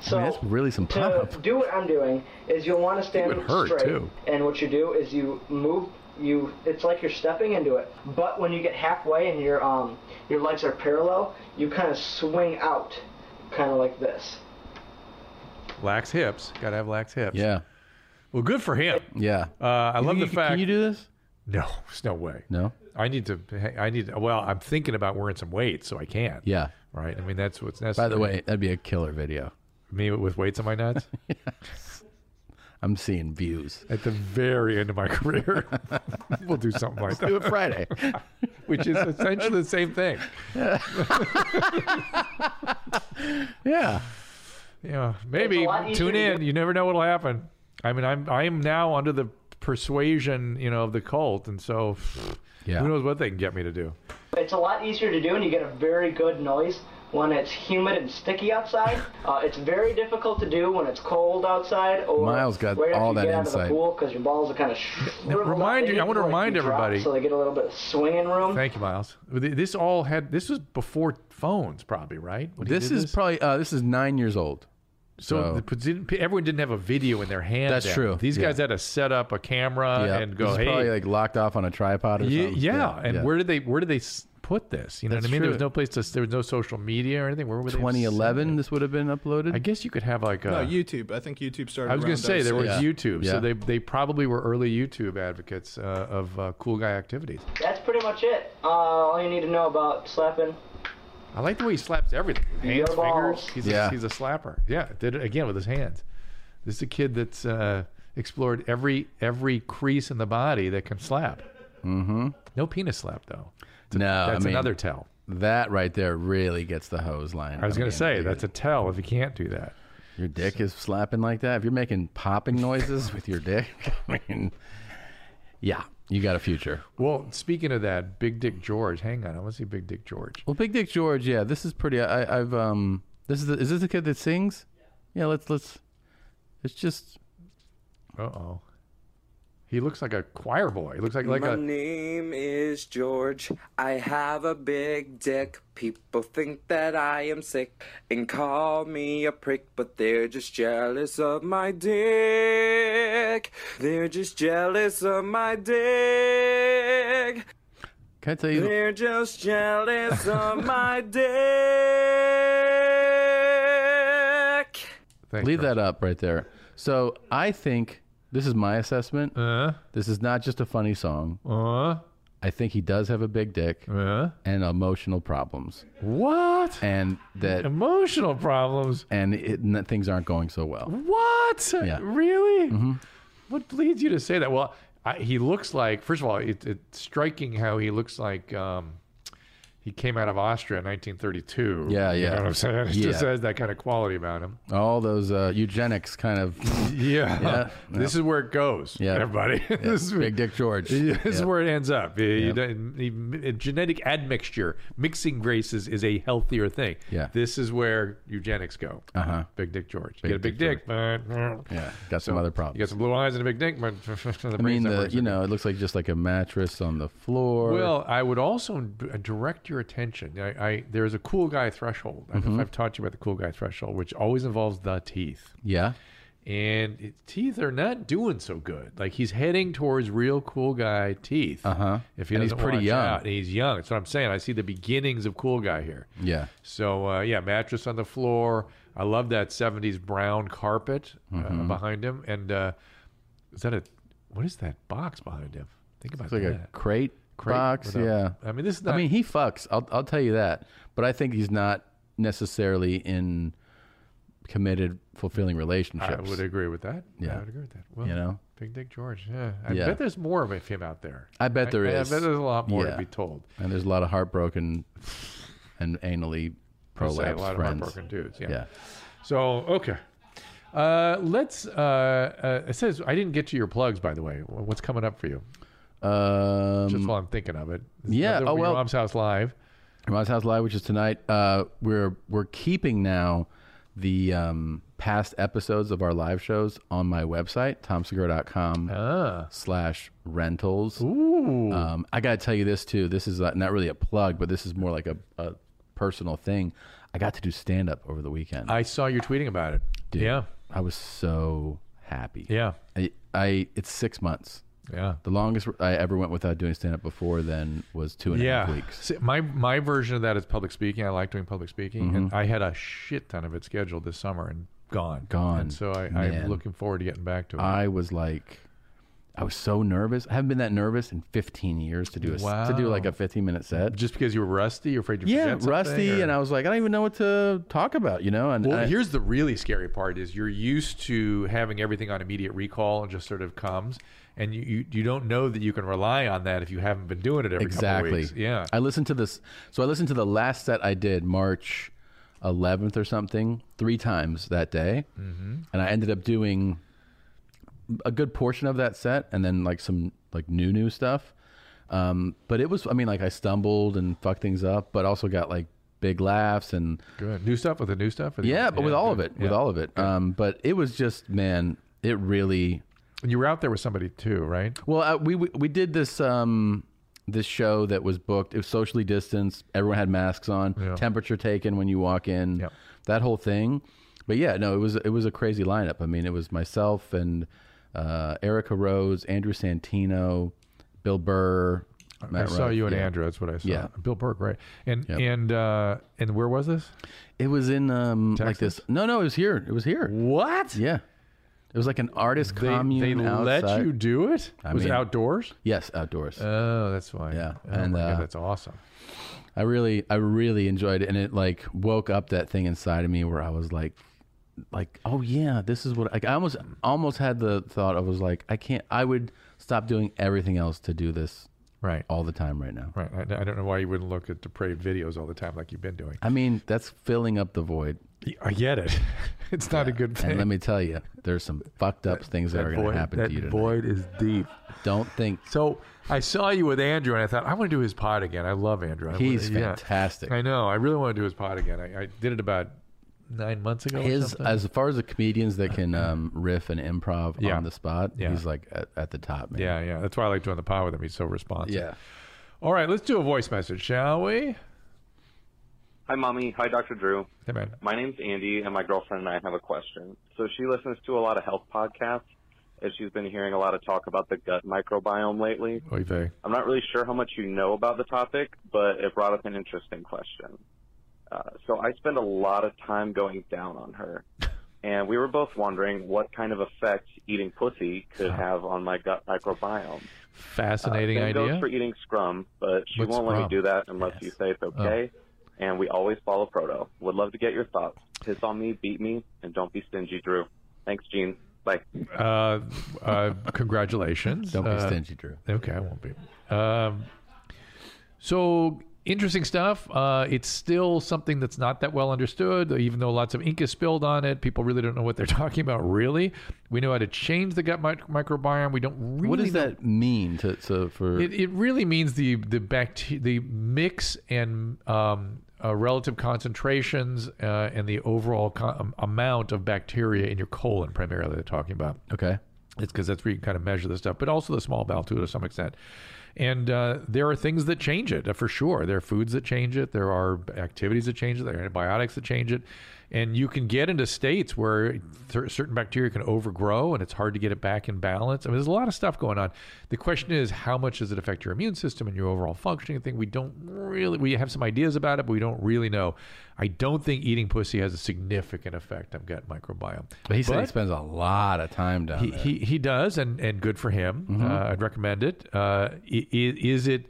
Speaker 7: So
Speaker 3: I mean, that's really some
Speaker 7: to
Speaker 3: pop.
Speaker 7: do what I'm doing is you'll want to stand
Speaker 2: would hurt,
Speaker 7: straight,
Speaker 2: too.
Speaker 7: and what you do is you move. You it's like you're stepping into it, but when you get halfway and your um your legs are parallel, you kind of swing out, kind of like this.
Speaker 2: Lax hips. Got to have lax hips.
Speaker 3: Yeah.
Speaker 2: Well, good for him.
Speaker 3: Yeah.
Speaker 2: Uh, I love
Speaker 3: You-
Speaker 2: the fact.
Speaker 3: Can you do this?
Speaker 2: no, *laughs* there's no way.
Speaker 3: No.
Speaker 2: I need to. I need. To, well, I'm thinking about wearing some weights, so I can't.
Speaker 3: Yeah.
Speaker 2: Right. I mean, that's what's
Speaker 3: By
Speaker 2: necessary.
Speaker 3: the way, that'd be a killer video.
Speaker 2: me with weights on my
Speaker 3: *laughs*
Speaker 2: nuts
Speaker 3: I'm seeing views.
Speaker 2: at the very end of my
Speaker 3: *laughs*
Speaker 2: career. we'll *laughs* do something like
Speaker 3: Do
Speaker 2: that,
Speaker 3: it Friday.
Speaker 2: which is essentially the same thing.
Speaker 3: *laughs* yeah.
Speaker 2: Yeah, maybe
Speaker 7: It's a lot easier
Speaker 2: tune
Speaker 7: to
Speaker 2: in. You never know what'll happen. I mean, I'm I'm now under the persuasion, you know, of the cult, and so
Speaker 3: Yeah.
Speaker 2: who knows what they can get me to do.
Speaker 7: It's a lot easier to do, and you get a very good noise when it's humid and sticky
Speaker 2: *laughs*
Speaker 7: outside. Uh, it's very difficult to do when it's cold outside or
Speaker 3: Miles got
Speaker 7: right after
Speaker 3: all
Speaker 7: you
Speaker 3: that
Speaker 7: get out of
Speaker 3: insight.
Speaker 7: the pool because your balls are kind of. shriveled up.
Speaker 2: remind
Speaker 7: They
Speaker 2: you- I wanna
Speaker 7: feel like
Speaker 2: remind
Speaker 7: you dropped,
Speaker 2: everybody-
Speaker 7: So they get a little bit of swinging room.
Speaker 2: Thank you, Miles. Th- This all had this was before phones, probably right? When he
Speaker 3: This
Speaker 2: did
Speaker 3: is probably uh, this is nine years old.
Speaker 2: so the- but didn't- everyone didn't have a video in their hand.
Speaker 3: That's
Speaker 2: then.
Speaker 3: true,
Speaker 2: These
Speaker 3: yeah.
Speaker 2: guys had to set up a camera
Speaker 3: Yeah.
Speaker 2: Uh, and go,
Speaker 3: this is
Speaker 2: hey,
Speaker 3: probably like locked off on a tripod or
Speaker 2: Ye-
Speaker 3: something.
Speaker 2: yeah, and
Speaker 3: yeah.
Speaker 2: where did they where did they s- put this? You know
Speaker 3: That's
Speaker 2: what I mean? There was
Speaker 3: true.
Speaker 2: no place to. s- There was no social media or anything. Where were they?
Speaker 3: 2011, this would have been uploaded.
Speaker 2: I guess you could have like a.
Speaker 5: No, YouTube. I think YouTube started.
Speaker 2: I was going
Speaker 5: around
Speaker 2: to say there was
Speaker 5: 06.
Speaker 3: Yeah.
Speaker 2: YouTube,
Speaker 3: Yeah.
Speaker 2: so they they probably were early YouTube advocates uh, of uh, cool guy activities.
Speaker 7: That's pretty much it. Uh, all you need to know about slapping.
Speaker 2: I like the way he slaps everything. with Hands,
Speaker 7: Your balls.
Speaker 2: fingers. He's,
Speaker 3: Yeah.
Speaker 2: a, he's a slapper. Yeah, did it again with his hands. This is a kid that's uh, explored every every crease in the body that can slap. Mm-hmm. No penis slap though.
Speaker 3: no,
Speaker 2: That's
Speaker 3: Uh, I mean,
Speaker 2: another tell.
Speaker 3: That right there really gets the hose line.
Speaker 2: I was going to say that's a tell if you can't do that.
Speaker 3: your dick is slapping like that. If you're making *laughs* popping noises with your dick, *laughs* I mean, yeah, you got a future.
Speaker 2: Well, speaking of that, Big Dick George. Hang on, I want to see Big Dick George.
Speaker 3: Well, Big Dick George, yeah, this is pretty. I, I've um, this is the, is this the kid that sings? Yeah, let's let's. It's just
Speaker 2: Uh oh. He looks like a choir boy. He looks like like
Speaker 6: My
Speaker 2: a
Speaker 6: name is George. I have a big dick. People think that I am sick and call me a prick, but they're just jealous of my dick. They're just jealous of my dick.
Speaker 3: can I tell you
Speaker 6: They're just jealous of my *laughs* dick.
Speaker 2: Thanks,
Speaker 3: Leave
Speaker 2: George.
Speaker 3: that up right there. So I think this is my assessment. this is not just a funny song.
Speaker 2: Uh,
Speaker 3: I think he does have a big dick
Speaker 2: uh,
Speaker 3: and emotional problems,
Speaker 2: what?
Speaker 3: and that
Speaker 2: Emotional problems.
Speaker 3: and, it, and that things aren't going so well.
Speaker 2: What?
Speaker 3: Yeah. Mm-hmm.
Speaker 2: Really? What leads you to say that? Well, I, he looks like. First of all, it, it's striking how he looks like. Um, he came out of Austria in 1932.
Speaker 3: Yeah,
Speaker 2: You
Speaker 3: yeah.
Speaker 2: know what I'm saying? It
Speaker 3: Yeah.
Speaker 2: just has that kind of quality about him.
Speaker 3: All those uh, eugenics
Speaker 2: *laughs*
Speaker 3: kind of
Speaker 2: Yeah.
Speaker 3: Yeah.
Speaker 2: This is where it goes,
Speaker 3: Yeah.
Speaker 2: everybody. *laughs* this is,
Speaker 3: big
Speaker 2: *laughs*
Speaker 3: dick George.
Speaker 2: This is
Speaker 3: Yeah.
Speaker 2: where it ends up. You- you don't- you- genetic admixture, mixing races is a healthier thing.
Speaker 3: Yeah. Uh-huh.
Speaker 2: This is where eugenics go. Uh huh. Big Dick George. You get a big
Speaker 3: Dick
Speaker 2: dick, but
Speaker 3: Yeah, got some other problems.
Speaker 2: you got some blue eyes and a big dick, but *laughs* the
Speaker 3: I mean, the, you know, it looks like just like a mattress on the floor.
Speaker 2: Well, I would also d- uh, direct your attention. I, I there's a
Speaker 3: Mm-hmm.
Speaker 2: cool guy threshold. I don't know if I've taught you about the cool guy threshold, which always involves the teeth.
Speaker 3: yeah,
Speaker 2: and his teeth are not doing so good. Like he's heading towards real cool guy teeth. Uh
Speaker 3: Uh-huh.
Speaker 2: If he
Speaker 3: And he's
Speaker 2: doesn't
Speaker 3: pretty
Speaker 2: watch
Speaker 3: young.
Speaker 2: out. And he's young. That's what I'm saying. I see the beginnings of cool guy here.
Speaker 3: Yeah.
Speaker 2: So uh, yeah, mattress on the floor. I love that '70s brown carpet
Speaker 3: Mm-hmm.
Speaker 2: uh, behind him. And uh, is that a what is that box behind him? Think about
Speaker 3: It's like a
Speaker 2: that.
Speaker 3: crate,
Speaker 2: Crate
Speaker 3: box.
Speaker 2: with a-
Speaker 3: yeah.
Speaker 2: I mean, this is
Speaker 3: I
Speaker 2: not-
Speaker 3: mean, he fucks. I'll I'll tell you that. But I think he's not necessarily in committed, fulfilling
Speaker 2: I
Speaker 3: relationships.
Speaker 2: would agree with that. I
Speaker 3: Yeah.
Speaker 2: would agree with that. Well,
Speaker 3: You know?
Speaker 2: Big Dick George. Yeah, I
Speaker 3: Yeah.
Speaker 2: bet there's more of him out there.
Speaker 3: I bet there
Speaker 2: I,
Speaker 3: is.
Speaker 2: I bet there's a lot more to
Speaker 3: Yeah.
Speaker 2: be told.
Speaker 3: and there's a lot of heartbroken and anally
Speaker 2: I'd say
Speaker 3: prolapsed
Speaker 2: a lot
Speaker 3: friends.
Speaker 2: of heartbroken dudes. Yeah.
Speaker 3: Yeah.
Speaker 2: So okay, uh, let's. Uh, uh, it says I didn't get to your plugs, by the way. What's coming up for you?
Speaker 3: Um,
Speaker 2: Just while I'm thinking of it.
Speaker 3: yeah,
Speaker 2: Another
Speaker 3: oh,
Speaker 2: Your
Speaker 3: well-
Speaker 2: Mom's House Live.
Speaker 3: Mom's House Live, which is tonight. Uh, we're we're keeping now the um, past episodes of our live shows on my website, tomsegura.com Ah. slash rentals. Ooh. Um, I gotta tell you this too. This is uh, not really a plug, but this is more like a, a personal thing. I got to do stand up over the weekend.
Speaker 2: I saw you tweeting about it.
Speaker 3: Dude.
Speaker 2: Yeah,
Speaker 3: I was so happy.
Speaker 2: yeah,
Speaker 3: I, I it's six months.
Speaker 2: yeah.
Speaker 3: The longest I ever went without doing stand up before then was two and a half
Speaker 2: Yeah,
Speaker 3: weeks.
Speaker 2: See, my my version of that is public speaking. I like doing public speaking, and
Speaker 3: Mm-hmm.
Speaker 2: I had a shit ton of it scheduled this summer and gone,
Speaker 3: Gone,
Speaker 2: And so I, I'm
Speaker 3: man. Uh,
Speaker 2: looking forward to getting back to it.
Speaker 3: I was like, I was so nervous. I haven't been that nervous in 15 years to do a, to do like
Speaker 2: Wow.
Speaker 3: a 15 minute set.
Speaker 2: Just because you were rusty, you're afraid you
Speaker 3: yeah,
Speaker 2: forget something,
Speaker 3: rusty,
Speaker 2: or-
Speaker 3: and I was like, I don't even know what to talk about, you know. And
Speaker 2: Well,
Speaker 3: I-
Speaker 2: here's the really scary part: is you're used to having everything on immediate recall and just sort of comes, and you, you, you don't know that you can rely on that if you haven't been doing it every couple
Speaker 3: exactly,
Speaker 2: weeks. Yeah,
Speaker 3: I listened to this, so I listened to the last set I did March 11th or something three times that day, mm-hmm. and I ended up doing a good portion of that set, and then like some like new new stuff. Um, but it was, I mean, like I stumbled and fucked things up, but also got like big laughs and
Speaker 2: good. New stuff with the new stuff. or the-
Speaker 3: Yeah, but with all of
Speaker 2: good.
Speaker 3: it, with
Speaker 2: Yeah.
Speaker 3: all of it. Um, but it was just, man, it really.
Speaker 2: And you were out there with somebody too, right?
Speaker 3: Well, uh, we, we we did this um this show that was booked. It was socially distanced. Everyone had masks on. Temperature taken when you walk in.
Speaker 2: Yep.
Speaker 3: That whole thing. But yeah, no, it was it was a crazy lineup. I mean, it was myself and uh, Erica Rose, Andrew Santino, Bill Burr.
Speaker 2: I
Speaker 3: Matt
Speaker 2: saw
Speaker 3: Ruff.
Speaker 2: you and
Speaker 3: Yeah.
Speaker 2: Andrew. That's what I saw.
Speaker 3: Yeah.
Speaker 2: Bill Burke, right? And and uh, and where was this?
Speaker 3: It was in um like
Speaker 2: Texas?
Speaker 3: this. No, no, it was here. It was here.
Speaker 2: What?
Speaker 3: Yeah, it was like an artist
Speaker 2: They,
Speaker 3: commune.
Speaker 2: they let
Speaker 3: outside.
Speaker 2: you do it. was
Speaker 3: mean-
Speaker 2: it outdoors?
Speaker 3: Yes, outdoors.
Speaker 2: Oh, that's why.
Speaker 3: Yeah,
Speaker 2: Oh
Speaker 3: and,
Speaker 2: my
Speaker 3: uh,
Speaker 2: God, that's awesome.
Speaker 3: I really, I really enjoyed it, and it like woke up that thing inside of me where I was like, like, oh yeah, this is what. Like, I almost, almost had the thought I was like, I can't, I would stop doing everything else to do this
Speaker 2: Right.
Speaker 3: all the time right now.
Speaker 2: Right. I, I don't know why you wouldn't look at depraved videos all the time like you've been doing.
Speaker 3: I mean, that's filling up the void,
Speaker 2: I get it. *laughs* It's not a good thing. *laughs*
Speaker 3: and let me tell you, there's some fucked up things that, are going
Speaker 2: void,
Speaker 3: to happen
Speaker 2: that
Speaker 3: to you tonight.
Speaker 2: void is deep.
Speaker 3: Don't think
Speaker 2: So I saw you with Andrew, and I thought I want to do his pod again. I love Andrew. I
Speaker 3: He's
Speaker 2: wanna- yeah.
Speaker 3: fantastic.
Speaker 2: I know. I really want to do his pod again. I, I did it about nine months ago. or
Speaker 3: his uh,
Speaker 2: something. Uh-huh.
Speaker 3: as far as the comedians that can um, riff and improv
Speaker 2: Yeah.
Speaker 3: on the spot.
Speaker 2: Yeah.
Speaker 3: He's like at, at the top, man.
Speaker 2: yeah, yeah. That's why I like doing the pod with him. He's so responsive.
Speaker 3: yeah.
Speaker 2: All right, let's do a voice message, shall we?
Speaker 1: Hi, mommy. Hi, Dr. Drew.
Speaker 2: Hey man.
Speaker 1: My name's Andy, and my girlfriend and I have a question. So she listens to a lot of health podcasts, and she's been hearing a lot of talk about the gut microbiome lately.
Speaker 2: Oy vey.
Speaker 1: I'm not really sure how much you know about the topic, but it brought up an interesting question. Uh, so I spend a lot of time going down on her,
Speaker 2: *laughs*
Speaker 1: and we were both wondering what kind of effect eating pussy could have on my gut microbiome.
Speaker 2: Fascinating
Speaker 1: Same goes
Speaker 2: idea.
Speaker 1: Uh, for eating scrum, but she
Speaker 2: What's
Speaker 1: won't
Speaker 2: scrum? Oh.
Speaker 1: let me do that unless you say it's okay. And we always follow proto. Would love to get your thoughts. Piss on me, beat me, and don't be stingy, Drew. Thanks, Gene. Bye.
Speaker 2: Uh, uh, *laughs* congratulations.
Speaker 3: Don't be
Speaker 2: Uh,
Speaker 3: stingy, Drew.
Speaker 2: Okay, I won't be. Um, so interesting stuff. Uh, it's still something that's not that well understood, even though lots of ink is spilled on it. People really don't know what they're *laughs* talking about. Really, we know how to change the gut mic- microbiome. We don't really.
Speaker 3: What does
Speaker 2: know-
Speaker 3: that mean to, to for
Speaker 2: It, it really means the the bacteria, the mix and um, uh, relative concentrations uh, and the overall con- um, amount of bacteria in your colon, primarily. They're talking about.
Speaker 3: okay
Speaker 2: It's because that's where you can kind of measure the stuff, but also the small bowel too, to some extent. And uh, there are things that change it uh, for sure. There are foods that change it. There are activities that change it. There are antibiotics that change it. And you can get into states where cer- certain bacteria can overgrow and it's hard to get it back in balance. I mean, there's a lot of stuff going on. The question is, how much does it affect your immune system and your overall functioning thing? We don't really, we have some ideas about it, but we don't really know. I don't think eating pussy has a significant effect on gut microbiome.
Speaker 3: But he said he
Speaker 2: But-
Speaker 3: spends a lot of time down
Speaker 2: he,
Speaker 3: there.
Speaker 2: he he does, and and good for him.
Speaker 3: Mm-hmm.
Speaker 2: Uh, I'd recommend it. Uh, i- i- is it?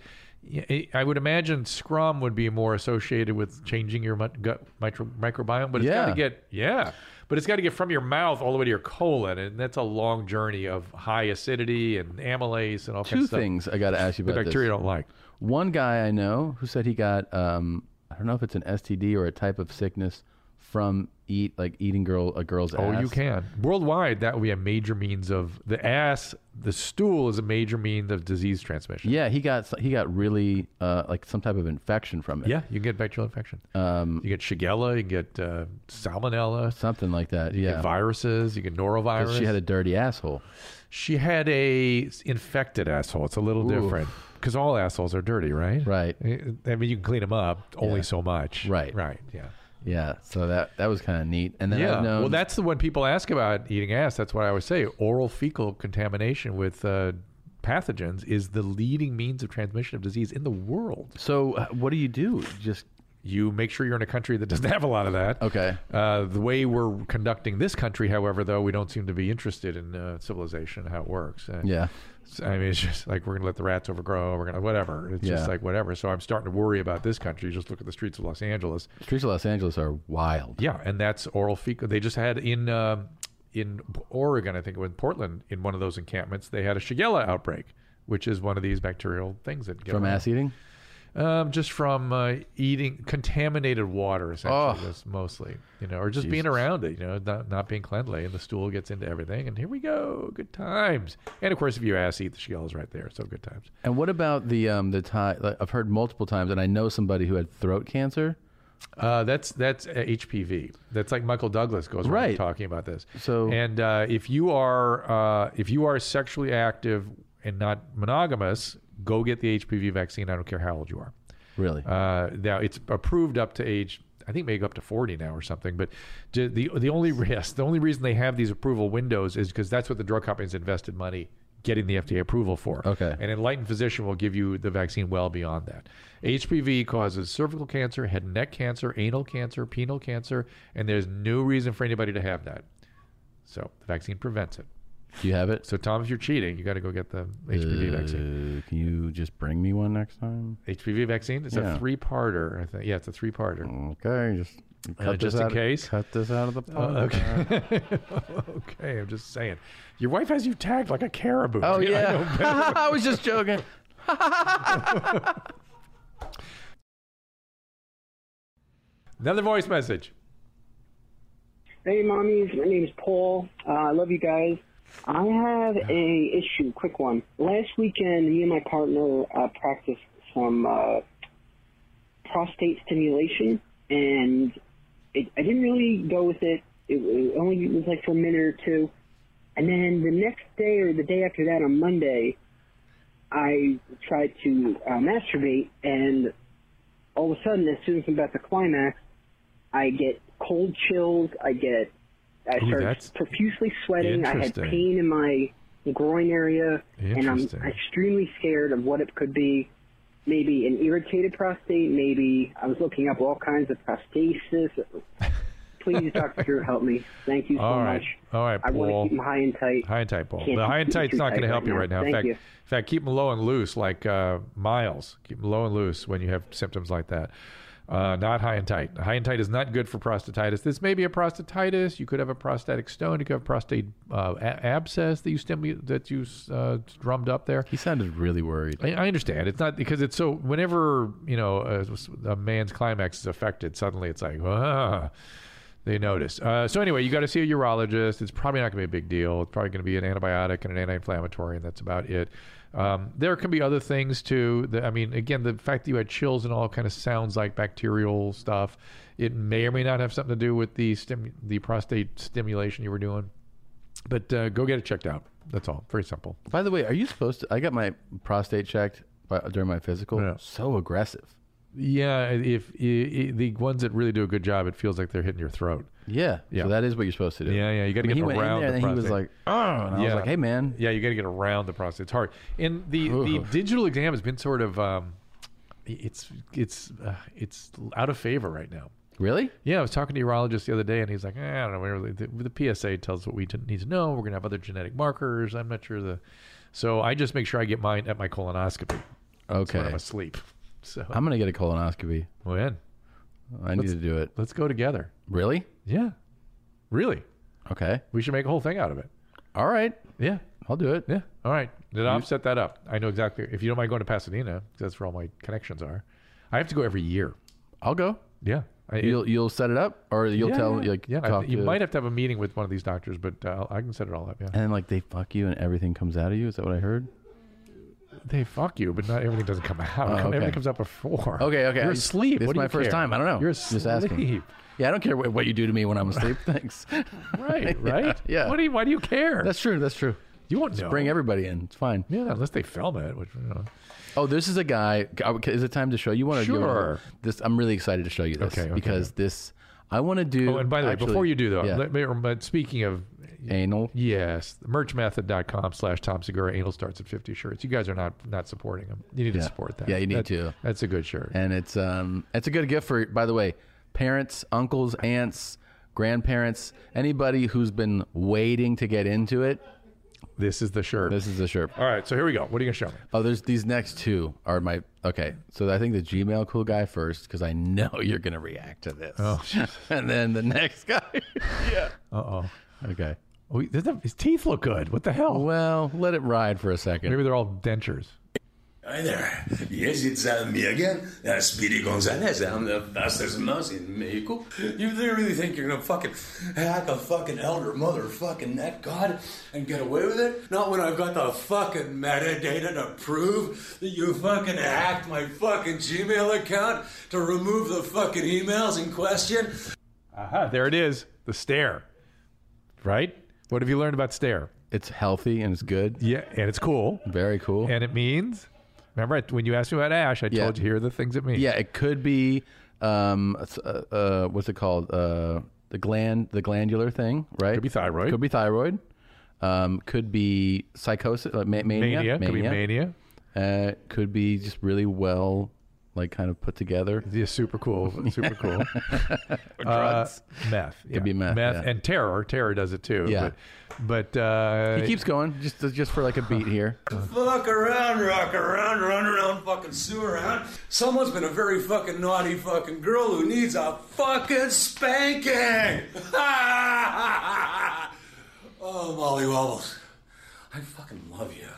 Speaker 2: i- I would imagine Scrum would be more associated with changing your mu- gut micro- microbiome, but it's got
Speaker 3: Yeah.
Speaker 2: to get yeah, but it's got to get from your mouth all the way to your colon, and that's a long journey of high acidity and amylase and all kinds
Speaker 3: Two
Speaker 2: of stuff.
Speaker 3: things I got to ask you
Speaker 2: the
Speaker 3: about
Speaker 2: bacteria
Speaker 3: this.
Speaker 2: don't like.
Speaker 3: One guy I know who said he got um, I don't know if it's an STD or a type of sickness from eat like eating girl a girl's
Speaker 2: Oh,
Speaker 3: ass.
Speaker 2: you can worldwide. That would be a major means of the ass. The stool is a major means of disease transmission.
Speaker 3: Yeah, he got he got really uh, like some type of infection from it.
Speaker 2: Yeah, you can get bacterial infection. Um, you get Shigella, you can get uh, Salmonella,
Speaker 3: something like that.
Speaker 2: you
Speaker 3: yeah,
Speaker 2: get viruses, you get norovirus.
Speaker 3: she had a dirty asshole.
Speaker 2: She had a s- infected asshole. It's a little
Speaker 3: Oof.
Speaker 2: different because all assholes are dirty, right?
Speaker 3: Right.
Speaker 2: I I mean, you can clean them up only
Speaker 3: Yeah.
Speaker 2: so much.
Speaker 3: Right.
Speaker 2: Right. Yeah.
Speaker 3: Yeah, so that that was kind of neat. And then
Speaker 2: Yeah.
Speaker 3: I've known
Speaker 2: Well, that's the one people ask about eating ass. That's what I always say. Oral fecal contamination with uh, pathogens is the leading means of transmission of disease in the world.
Speaker 3: so. uh, What do you do? Just
Speaker 2: you make sure you're in a country that doesn't *laughs* have a lot of that.
Speaker 3: Okay.
Speaker 2: Uh, the way we're conducting this country, however, though, we don't seem to be interested in uh, civilization and how it works. Uh,
Speaker 3: yeah,
Speaker 2: so, I mean, it's just like we're going to let the rats overgrow. We're going to whatever. It's
Speaker 3: Yeah.
Speaker 2: just like whatever. So I'm starting to worry about this country. Just look at the streets of Los Angeles.
Speaker 3: streets of Los Angeles are wild.
Speaker 2: Yeah, and that's oral fecal. They just had in um in Oregon, I think, in Portland, in one of those encampments, they had a Shigella outbreak, which is one of these bacterial things that get
Speaker 3: From
Speaker 2: around.
Speaker 3: ass eating,
Speaker 2: Um, just from uh, eating contaminated water,
Speaker 3: Oh.
Speaker 2: essentially, just mostly, you know, or just being around it, you know, not, not being cleanly, and the stool gets into everything, and here we go, good times. And of course, if you ass eat, the shell is right there, so good times.
Speaker 3: and what about the um the tie? Like, I've heard multiple times, and I know somebody who had throat cancer.
Speaker 2: Uh, that's that's uh, HPV. That's like Michael Douglas goes around
Speaker 3: Right.
Speaker 2: talking about this.
Speaker 3: So-
Speaker 2: and uh, if you are uh, if you are sexually active and not monogamous, go get the HPV vaccine. I don't care how old you are.
Speaker 3: Really?
Speaker 2: Uh, now it's approved up to age, I think maybe up to 40 now or something. But ju- the the only *laughs* yes, the only reason they have these approval windows is because that's what the drug companies invested money getting the FDA approval for.
Speaker 3: Okay.
Speaker 2: An enlightened physician will give you the vaccine well beyond that. HPV causes cervical cancer, head and neck cancer, anal cancer, penile cancer, and there's no reason for anybody to have that. So the vaccine prevents it.
Speaker 3: do you have it?
Speaker 2: So Tom, if you're cheating, you got to go get the HPV vaccine.
Speaker 3: Uh, can you just bring me one next time?
Speaker 2: HPV vaccine. It's
Speaker 3: Yeah.
Speaker 2: a three-parter. I think. Yeah, it's a three-parter.
Speaker 3: Okay, Uh, just cut this
Speaker 2: just in
Speaker 3: out-
Speaker 2: case.
Speaker 3: Cut this out of the
Speaker 2: Oh,
Speaker 3: podcast.
Speaker 2: okay. *laughs* okay, I'm just saying. Your wife has you tagged like a caribou.
Speaker 3: *laughs* Oh
Speaker 2: I know
Speaker 3: yeah, *laughs* I was just joking.
Speaker 2: Another voice message.
Speaker 8: Hey, mommies. My name's Paul. Uh, I love you guys. I have a issue. Quick one. Last weekend, me and my partner uh, practiced some uh, prostate stimulation, and it, I didn't really go with it. It, it only was like for a minute or two, and then the next day or the day after that on Monday, I tried to uh, masturbate, and all of a sudden, as soon as I'm about to climax, I get cold chills. I get I
Speaker 2: Ooh,
Speaker 8: start
Speaker 2: that's
Speaker 8: profusely sweating. I had
Speaker 2: interesting.
Speaker 8: pain in my groin area, and I'm
Speaker 2: Interesting.
Speaker 8: extremely scared of what it could be. Maybe an irritated prostate. Maybe I was looking up all kinds of prostasis. Please, Dr. Drew, help me. Thank you so
Speaker 2: All right.
Speaker 8: much.
Speaker 2: All right,
Speaker 8: I want
Speaker 2: Paul.
Speaker 8: to keep them high and tight.
Speaker 2: High and tight, Paul.
Speaker 8: Can't
Speaker 2: The high and
Speaker 8: keep them
Speaker 2: tight's
Speaker 8: too
Speaker 2: not going
Speaker 8: tight
Speaker 2: to help
Speaker 8: right
Speaker 2: you
Speaker 8: now.
Speaker 2: right now. In
Speaker 8: Thank
Speaker 2: fact,
Speaker 8: you.
Speaker 2: in fact, keep them low and loose, like uh, Miles. Keep them low and loose when you have symptoms like that. Uh, not high and tight. High and tight is not good for prostatitis. This may be a prostatitis. You could have a prostatic stone. You could have prostate uh, a- abscess that you stimu- that you uh, drummed up there.
Speaker 3: He sounded really worried.
Speaker 2: I, I understand. It's not because it's so. Whenever you know a, a man's climax is affected, suddenly it's like, ah, they notice. Uh, so anyway, you got to see a urologist. It's probably not going to be a big deal. It's probably going to be an antibiotic and an anti-inflammatory, and that's about it. Um, there can be other things too. That, I mean, again, the fact that you had chills and all kind of sounds like bacterial stuff. It may or may not have something to do with the stim- the prostate stimulation you were doing. But uh, go get it checked out. That's all. Very simple.
Speaker 3: By the way, are you supposed to? I got my prostate checked but during my physical.
Speaker 2: Yeah.
Speaker 3: So aggressive.
Speaker 2: Yeah, if i i the ones that really do a good job, it feels like they're hitting your throat.
Speaker 3: Yeah.
Speaker 2: Yeah.
Speaker 3: So that is what you're supposed to do.
Speaker 2: Yeah, yeah, you got to
Speaker 3: I
Speaker 2: get
Speaker 3: mean, he went in
Speaker 2: around
Speaker 3: there
Speaker 2: the
Speaker 3: and he
Speaker 2: prostate.
Speaker 3: was like, oh, and I was like, hey, man.
Speaker 2: Yeah, you got to get around the prostate. It's hard. And the the digital exam has been sort of um, it's it's uh, it's out of favor right now.
Speaker 3: Really?
Speaker 2: Yeah, I was talking to a urologist the other day, and he's like, eh, I don't know. we're- The, the PSA tells what we t- need to know. We're gonna have other genetic markers. I'm not sure the. So I just make sure I get mine at my colonoscopy
Speaker 3: Okay.
Speaker 2: when I'm asleep. So
Speaker 3: I'm going to get a colonoscopy.
Speaker 2: when
Speaker 3: I need to do it.
Speaker 2: let's go together.
Speaker 3: Really?
Speaker 2: Yeah, really,
Speaker 3: Okay.
Speaker 2: we should make a whole thing out of it.
Speaker 3: All right.
Speaker 2: Yeah,
Speaker 3: I'll do it.
Speaker 2: Yeah. All right. Then I'll set that up. I know exactly. If you don't mind going to Pasadena, 'cause that's where all my connections are. I have to go every year.
Speaker 3: I'll go.
Speaker 2: Yeah. I,
Speaker 3: You'll you'll set it up, or you'll
Speaker 2: yeah,
Speaker 3: tell
Speaker 2: yeah.
Speaker 3: like
Speaker 2: yeah, I-
Speaker 3: talk
Speaker 2: you
Speaker 3: to-
Speaker 2: might have to have a meeting with one of these doctors, but uh, I can set it all up. Yeah.
Speaker 3: and then like they fuck you and everything comes out of you. Is that what I heard?
Speaker 2: They fuck you, but not everything doesn't come out.
Speaker 3: Oh, okay.
Speaker 2: *laughs* Everything comes out before.
Speaker 3: Okay, okay.
Speaker 2: You're
Speaker 3: I-
Speaker 2: asleep.
Speaker 3: This
Speaker 2: What
Speaker 3: is
Speaker 2: do
Speaker 3: my
Speaker 2: you
Speaker 3: first
Speaker 2: care?
Speaker 3: time. I don't know.
Speaker 2: You're asleep.
Speaker 3: Just *laughs* asking. Yeah, I don't care what, what you do to me when I'm *laughs* asleep. Thanks.
Speaker 2: Right. Right.
Speaker 3: Yeah.
Speaker 2: What do you, why do you care?
Speaker 3: That's true. That's true.
Speaker 2: you won't know.
Speaker 3: Bring everybody in. It's fine.
Speaker 2: Yeah, unless they film it, which you know.
Speaker 3: Oh, this is a guy. Is it time to show you one? Or do you wanna-
Speaker 2: Sure.
Speaker 3: this I'm really excited to show you this
Speaker 2: Okay, okay,
Speaker 3: because this I want to do.
Speaker 2: Oh, and by the way,
Speaker 3: actually-
Speaker 2: before you do though,
Speaker 3: yeah,
Speaker 2: let me. But speaking of
Speaker 3: anal.
Speaker 2: Yes, merchmethod.com slash Tom Segura anal starts at 50 shirts. You guys are not not supporting them. You need to support that.
Speaker 3: Yeah, you need
Speaker 2: That-
Speaker 3: to.
Speaker 2: That's a good shirt.
Speaker 3: and it's um it's a good gift for by the way parents uncles aunts grandparents anybody who's been waiting to get into it
Speaker 2: This is the shirt.
Speaker 3: this is a shirt
Speaker 2: All right, so here we go. What are you going to show me?
Speaker 3: oh there's these next two are my okay so i think the gmail cool guy first because i know *laughs* you're gonna react to this oh, *laughs* and then the next guy
Speaker 2: Uh-oh.
Speaker 3: okay
Speaker 2: Oh, he- doesn't- his teeth look good. What the hell?
Speaker 3: well let it ride for a second
Speaker 2: Maybe they're all dentures.
Speaker 9: Hi there. Yes, it's uh, me again, uh, Speedy Gonzalez. I'm the fastest mouse in Mexico. You really think you're gonna fucking hack a fucking elder motherfucking net god and get away with it? Not when I've got the fucking metadata to prove that you fucking hacked my fucking Gmail account to remove the fucking emails in question.
Speaker 2: Aha, there it is. The stare. Right? What have you learned about stare?
Speaker 3: it's healthy and it's good
Speaker 2: Yeah, and it's cool.
Speaker 3: very cool
Speaker 2: And it means Remember I- when you asked me about Ash, I
Speaker 3: Yeah.
Speaker 2: told you here are the things it means.
Speaker 3: yeah it could be um s- uh, uh what's it called uh the gland the glandular thing right
Speaker 2: Could be thyroid.
Speaker 3: Could be thyroid. Um, could be psychosis, uh, ma- mania,
Speaker 2: mania, could be mania.
Speaker 3: Uh, could be just really well, like kind of put together.
Speaker 2: Yeah, super
Speaker 3: *laughs*
Speaker 2: cool. Super cool. Uh,
Speaker 3: Drugs.
Speaker 2: meth. Could
Speaker 3: be meth, yeah.
Speaker 2: and terror. Terror does it too.
Speaker 3: Yeah.
Speaker 2: But, but uh,
Speaker 3: he keeps going, just just for like a
Speaker 2: *laughs*
Speaker 3: beat here.
Speaker 9: Fuck around, rock around, run around, fucking sue around. Someone's been a very fucking naughty fucking girl who needs a fucking spanking. *laughs* oh, Molly Wobbles, I fucking love you.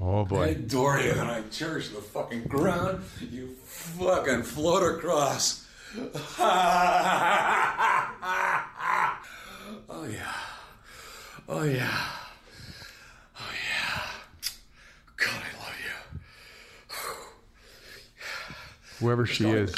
Speaker 2: oh
Speaker 9: I
Speaker 2: boy,
Speaker 9: adore you and I cherish the fucking ground you fucking float across. *laughs* oh yeah. Oh yeah. Oh yeah. God, I love you.
Speaker 2: whoever she is,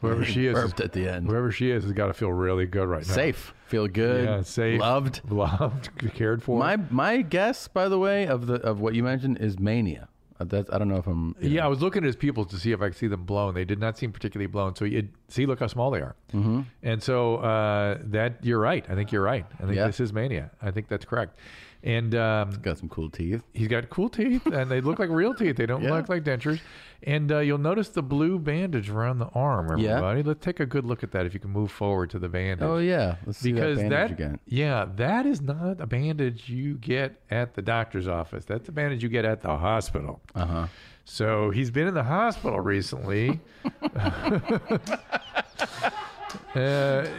Speaker 2: whoever she is,
Speaker 3: Burped at the end.
Speaker 2: whoever she is has got to feel really good right now.
Speaker 3: Safe, feel good,
Speaker 2: Yeah, safe,
Speaker 3: loved.
Speaker 2: loved, *laughs* cared for.
Speaker 3: My my guess, by the way, of the of what you mentioned is mania. Uh, That's I don't know if I'm. you
Speaker 2: yeah, I was looking at his pupils to see if I could see them blown. They did not seem particularly blown. So you see, look how small they are. Mm-hmm. And so uh, that you're right. I think you're right. I think
Speaker 3: Yeah.
Speaker 2: this is mania. I think that's correct. And um,
Speaker 3: know, got some cool teeth.
Speaker 2: He's got cool teeth, and they look like real teeth. They don't
Speaker 3: *laughs* Yeah.
Speaker 2: look like dentures. And uh, you'll notice the blue bandage around the arm,
Speaker 3: Yeah.
Speaker 2: everybody. Let's take a good look at that if you can move forward to the bandage.
Speaker 3: Oh yeah, let's see
Speaker 2: Because
Speaker 3: that
Speaker 2: that,
Speaker 3: bandage again.
Speaker 2: yeah, that is not a bandage you get at the doctor's office. That's a bandage you get at the hospital. Uh
Speaker 3: Uh-huh.
Speaker 2: huh. So he's been in the hospital recently, *laughs* uh,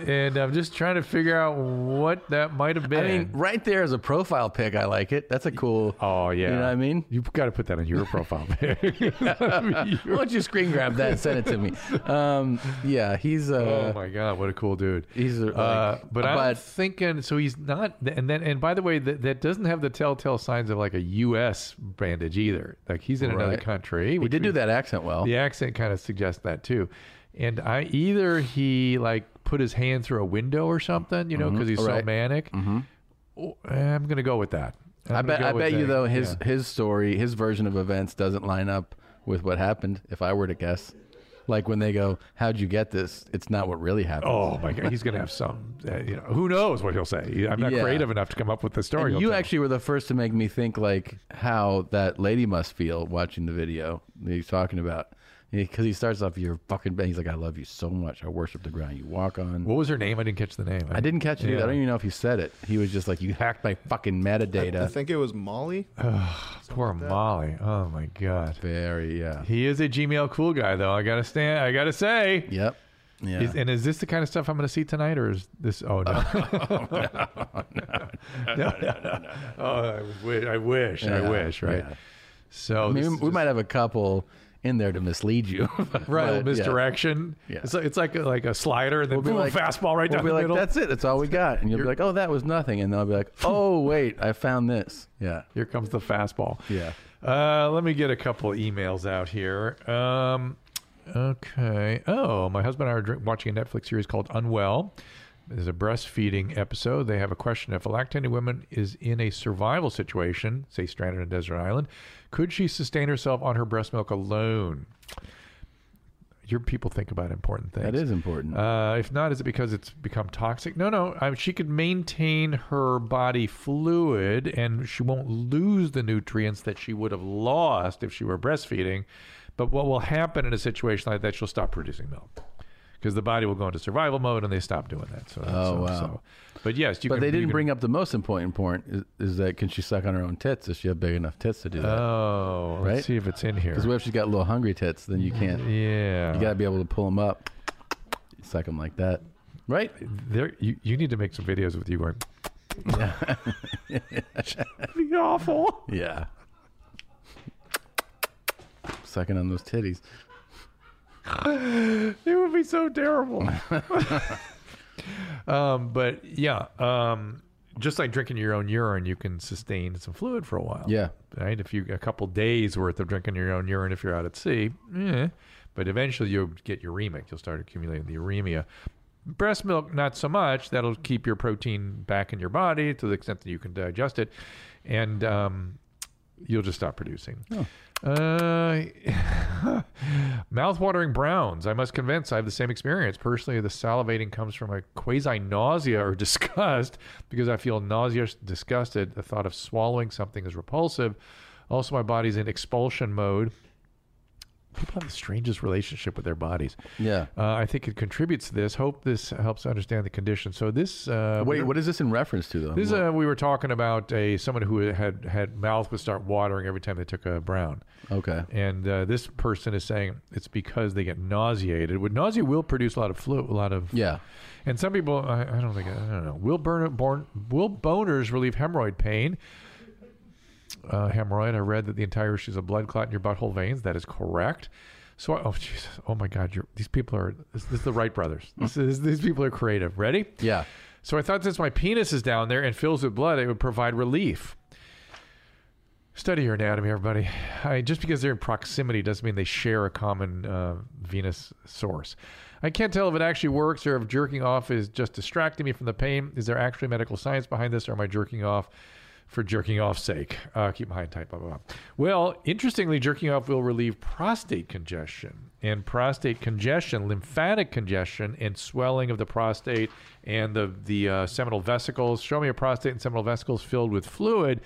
Speaker 2: and I'm just trying to figure out what that might have been.
Speaker 3: I mean, right there is a profile pic. I like it. That's a cool.
Speaker 2: Oh yeah,
Speaker 3: you know what I mean.
Speaker 2: You've got to put that on your profile pic.
Speaker 3: *laughs* Why don't you screen grab that and send it
Speaker 2: *laughs*
Speaker 3: to me? Um, yeah, he's uh,
Speaker 2: oh my god, what a cool dude.
Speaker 3: He's a- like-
Speaker 2: uh, but I'm
Speaker 3: but-
Speaker 2: thinking so he's not. And then and by the way, that, that doesn't have the telltale signs of like a U.S. bandage either. Like he's in another
Speaker 3: Right.
Speaker 2: country.
Speaker 3: He
Speaker 2: which
Speaker 3: did do
Speaker 2: we-
Speaker 3: that accent well.
Speaker 2: The accent kind of suggests that too. And I either he like put his
Speaker 3: Mm-hmm.
Speaker 2: hand through a window or something, you know, because he's so
Speaker 3: Right.
Speaker 2: manic. Oh, I'm gonna go with that. I'm
Speaker 3: Mm-hmm. I
Speaker 2: gonna
Speaker 3: bet
Speaker 2: go
Speaker 3: I
Speaker 2: with
Speaker 3: bet you
Speaker 2: the-
Speaker 3: though his
Speaker 2: yeah.
Speaker 3: his story, his version of events doesn't line up with what happened if I were to guess. Like when they go, "How'd you get this?" It's not what really happened.
Speaker 2: Oh my God, he's gonna have some. Uh, you know, who knows what he'll say? I'm not
Speaker 3: Yeah.
Speaker 2: creative enough to come up with the story.
Speaker 3: And
Speaker 2: he'll
Speaker 3: you
Speaker 2: tell.
Speaker 3: actually were the first to make me think like how that lady must feel watching the video that he's talking about. Because he starts off, "You're fucking," bad." he's like, "I love you so much. I worship the ground you walk on."
Speaker 2: What was her name? I didn't catch the name.
Speaker 3: I didn't catch it either. I don't even know if he said it. He was just like, "You hacked my fucking metadata."
Speaker 5: I think it was Molly.
Speaker 2: Uh, Poor Molly. Oh my God.
Speaker 3: Very yeah.
Speaker 2: He is a Gmail cool guy, though. I gotta stand. I gotta say.
Speaker 3: Yep. Yeah.
Speaker 2: Is, and is this the kind of stuff I'm going to see tonight, or is this? Oh
Speaker 3: *laughs*
Speaker 2: no! *laughs* no, no, no, no, no. Oh, I wish. I wish. I
Speaker 3: Yeah,
Speaker 2: wish. Right.
Speaker 3: yeah.
Speaker 2: So
Speaker 3: I mean,
Speaker 2: this
Speaker 3: we
Speaker 2: is
Speaker 3: might have a couple in there to mislead you. *laughs* but-
Speaker 2: right
Speaker 3: but,
Speaker 2: misdirection.
Speaker 3: Yeah.
Speaker 2: It's like, it's like a, like a slider and then
Speaker 3: Yeah.
Speaker 2: boom,
Speaker 3: We'll be like-
Speaker 2: fastball right
Speaker 3: we'll
Speaker 2: down
Speaker 3: be
Speaker 2: the
Speaker 3: like,
Speaker 2: middle.
Speaker 3: That's it. That's all we got. And you'll be like, oh, that was nothing. And then I'll
Speaker 2: *laughs*
Speaker 3: be like, oh, wait, I found this. Yeah.
Speaker 2: Here comes the fastball.
Speaker 3: Yeah.
Speaker 2: Uh, let me get a couple emails out here. Um, okay. Oh, my husband and I are drink, watching a Netflix series called Unwell. There's a breastfeeding episode. They have a question: If a lactating woman is in a survival situation, say stranded on a desert island, could she sustain herself on her breast milk alone? Your people think about important things.
Speaker 3: That is important.
Speaker 2: Uh, if not, is it because it's become toxic? No, no. I she could maintain her body fluid and she won't lose the nutrients that she would have lost if she were breastfeeding. But what will happen in a situation like that, she'll stop producing milk because the body will go into survival mode and they stop doing that. So, so,
Speaker 3: Oh, wow.
Speaker 2: so- But yes, you
Speaker 3: but
Speaker 2: can,
Speaker 3: they
Speaker 2: you
Speaker 3: didn't
Speaker 2: can-
Speaker 3: bring up the most important point is, is that can she suck on her own tits? Does she have big enough tits to do that?
Speaker 2: Oh,
Speaker 3: Right?
Speaker 2: let's see if it's in here.
Speaker 3: Because what if she's got little hungry tits? Then you can't.
Speaker 2: yeah.
Speaker 3: You got to be able to pull them up, suck them like that. Right?
Speaker 2: there you, you need to make some videos with you going That'd *laughs* be awful
Speaker 3: Yeah. Sucking on those titties.
Speaker 2: it would be so terrible um but yeah um just like drinking your own urine you can sustain some fluid for a while
Speaker 3: Yeah.
Speaker 2: right if you a couple days worth of drinking your own urine if you're out at sea eh. but eventually you'll get uremic you'll start accumulating the uremia breast milk not so much that'll keep your protein back in your body to the extent that you can digest it and um, you'll just stop producing uh, mouth-watering browns i must convince i have the same experience personally the salivating comes from a quasi nausea or *laughs* disgust because i feel nauseous disgusted the thought of swallowing something is repulsive also my body's in expulsion mode people have the strangest relationship with their bodies
Speaker 3: Yeah.
Speaker 2: uh, I think it contributes to this. Hope this helps understand the condition. So this uh,
Speaker 3: Wait,
Speaker 2: we-
Speaker 3: what is this in reference to, though?
Speaker 2: this is uh, we were talking about a someone who had had mouth would start watering every time they took a brown,
Speaker 3: okay.
Speaker 2: and uh, this person is saying it's because they get nauseated. With nausea will produce a lot of fluid, a lot of
Speaker 3: Yeah.
Speaker 2: and some people, I, I don't think, I don't know. Will, burn, born, will boners relieve hemorrhoid pain? Uh, hemorrhoid. I read that the entire issue is a blood clot in your butthole veins. That is correct. So, I, oh Jesus, oh my God, you're, these people are. This, this is the Wright brothers. This is, these people are creative. Ready?
Speaker 3: Hmm. Yeah.
Speaker 2: So I thought since my penis is down there and fills with blood, it would provide relief. Study your anatomy, everybody. I, just because they're in proximity doesn't mean they share a common uh, venous source. I can't tell if it actually works or if jerking off is just distracting me from the pain. Is there actually medical science behind this, or am I jerking off for jerking off's sake? Uh, keep my high tight, blah, blah, blah. Well, interestingly, jerking off will relieve prostate congestion. And prostate congestion, lymphatic congestion, and swelling of the prostate and the, the uh, seminal vesicles. Show me a prostate and seminal vesicles filled with fluid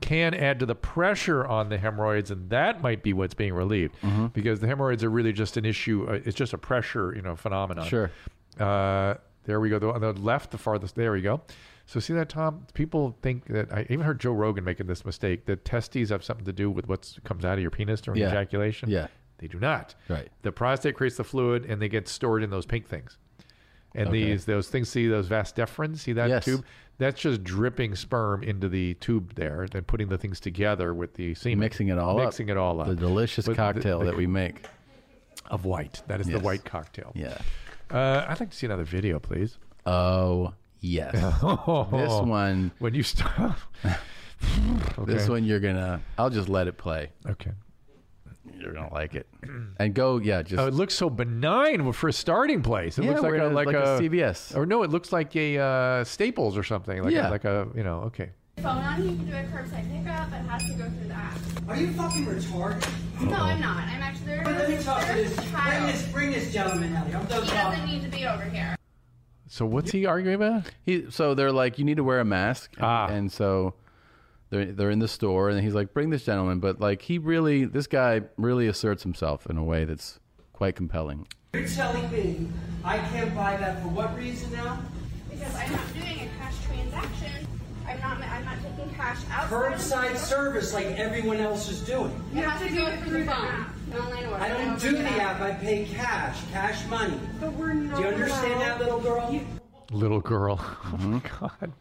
Speaker 2: can add to the pressure on the hemorrhoids, and that might be what's being relieved
Speaker 3: Mm-hmm.
Speaker 2: because the hemorrhoids are really just an issue. uh, It's just a pressure, you know, phenomenon.
Speaker 3: Sure.
Speaker 2: Uh, there we go. The, on the left, the farthest. There we go. So see that, Tom? People think that I even heard Joe Rogan making this mistake that testes have something to do with what comes out of your penis during
Speaker 3: Yeah.
Speaker 2: ejaculation.
Speaker 3: Yeah.
Speaker 2: They do not.
Speaker 3: Right.
Speaker 2: The prostate creates the fluid, and they get stored in those pink things. And
Speaker 3: Okay.
Speaker 2: these those things, see those vas deferens, see that
Speaker 3: Yes.
Speaker 2: tube? That's just dripping sperm into the tube there and putting the things together with the semen.
Speaker 3: Mixing it all up.
Speaker 2: Mixing it all up.
Speaker 3: The delicious
Speaker 2: But the-
Speaker 3: cocktail
Speaker 2: the-
Speaker 3: *laughs* that we make.
Speaker 2: Of white. That is the
Speaker 3: Yes.
Speaker 2: white cocktail.
Speaker 3: Yeah.
Speaker 2: Uh, I'd like to see another video, please.
Speaker 3: Oh,
Speaker 2: *laughs*
Speaker 3: yes. *laughs* This one,
Speaker 2: When you stop.
Speaker 3: *laughs*
Speaker 2: okay.
Speaker 3: this one you're going to, I'll just let it play.
Speaker 2: Okay.
Speaker 3: You're going to like it. And go, yeah, just.
Speaker 2: Oh, it looks so benign for a starting place. It
Speaker 3: yeah,
Speaker 2: looks like
Speaker 3: we're
Speaker 2: a,
Speaker 3: in
Speaker 2: like,
Speaker 3: a, CVS.
Speaker 2: Or no, it looks like a uh, Staples or something. Like
Speaker 3: Yeah.
Speaker 2: A, like a you know okay.
Speaker 10: phone on me to do a curbside pickup, but has to go through the app.
Speaker 11: Are you fucking retarded?
Speaker 10: No, I'm not. I'm actually there.
Speaker 11: Wait, let me talk to
Speaker 10: there's
Speaker 11: this.
Speaker 10: a
Speaker 11: Bring
Speaker 10: child.
Speaker 11: this, bring this gentleman out here. I'm done
Speaker 10: He doesn't
Speaker 11: talking.
Speaker 10: need to be over here.
Speaker 3: So what's he arguing about? He so they're like, you need to wear a mask, ah. and so they're they're in the store, and he's like, bring this gentleman, but like he really, this guy really asserts himself in a way that's quite compelling.
Speaker 11: You're telling me I can't buy that for what reason now?
Speaker 10: Because I'm not doing a cash transaction. I'm not. I'm not taking cash out.
Speaker 11: Curbside service like everyone else is doing.
Speaker 10: You have to go through the phone. An online order.
Speaker 11: I don't do the app. I pay cash, cash money.
Speaker 10: But we're not.
Speaker 11: Do you understand that, little girl?
Speaker 2: Little girl. *laughs* Oh my god.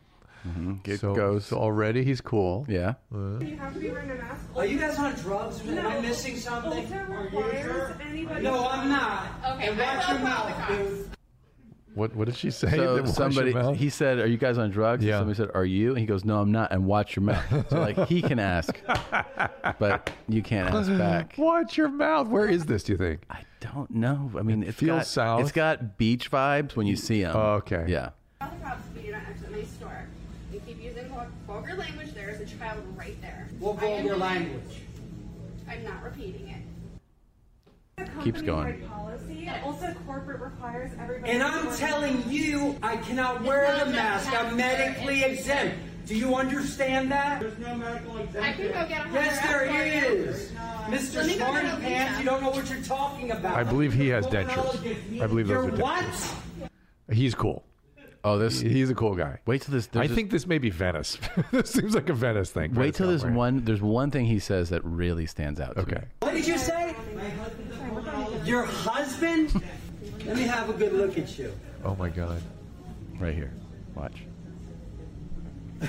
Speaker 3: Mm-hmm. Get
Speaker 2: so,
Speaker 3: goes.
Speaker 2: so already he's cool.
Speaker 3: Yeah.
Speaker 10: You have to be wearing a mask.
Speaker 11: Are you guys on drugs? Am I missing something? Are you sure? No, I'm not.
Speaker 10: Okay,
Speaker 11: And
Speaker 10: I
Speaker 11: watch
Speaker 10: will
Speaker 11: your
Speaker 10: call
Speaker 11: mouth,
Speaker 10: the
Speaker 11: dude.
Speaker 2: What What did she say?
Speaker 3: So
Speaker 2: Then *laughs* wash your
Speaker 3: somebody,
Speaker 2: mouth?
Speaker 3: he said, "Are you guys on drugs?" And
Speaker 2: Yeah.
Speaker 3: somebody said, "Are you?" And he goes, "No, I'm not." And watch your mouth. So like
Speaker 2: *laughs*
Speaker 3: he can ask, but you can't ask
Speaker 2: *laughs*
Speaker 3: back.
Speaker 2: Watch your mouth. Where is this? Do you think?
Speaker 3: I don't know. I mean, it
Speaker 2: feels
Speaker 3: got,
Speaker 2: south.
Speaker 3: It's got beach vibes when you see him.
Speaker 2: Oh, okay.
Speaker 3: Yeah.
Speaker 10: All the cops if you do not exit my store. You keep using vul- vulgar language. There is a child right there.
Speaker 11: What
Speaker 10: I am
Speaker 11: vulgar
Speaker 10: doing-
Speaker 11: language?
Speaker 10: I'm not repeating it.
Speaker 3: Keeps going.
Speaker 12: Policy. Also, corporate requires everybody.
Speaker 11: And
Speaker 12: to
Speaker 11: I'm
Speaker 12: wear-
Speaker 11: telling you, I cannot wear
Speaker 10: not
Speaker 11: the
Speaker 10: just
Speaker 11: mask. I'm
Speaker 10: mask,
Speaker 11: medically
Speaker 10: it's-
Speaker 11: exempt. Do you understand that? There's no medical
Speaker 10: I can go get a
Speaker 11: Yes,
Speaker 10: hundred
Speaker 11: there
Speaker 10: rest for you.
Speaker 11: is. Mr.
Speaker 10: Let me go get
Speaker 11: Smarty
Speaker 10: a
Speaker 11: Pants,
Speaker 10: pizza.
Speaker 11: you don't know what you're talking about.
Speaker 2: I believe he has
Speaker 11: You're a
Speaker 2: dentures. I believe those
Speaker 11: You're
Speaker 2: are
Speaker 11: what?
Speaker 2: He's cool.
Speaker 3: Oh, this.
Speaker 2: He's a cool guy.
Speaker 3: Wait till this.
Speaker 2: I
Speaker 3: there's this-
Speaker 2: think this may be Venice. *laughs* this seems like a Venice thing.
Speaker 3: Wait
Speaker 2: Venice,
Speaker 3: till this
Speaker 2: California.
Speaker 3: one. There's one thing he says that really stands out. To
Speaker 2: Okay.
Speaker 3: me.
Speaker 11: What did you say? Your husband? Let me have a good look at you.
Speaker 2: Oh my god.
Speaker 3: Right here. Watch.
Speaker 11: *laughs*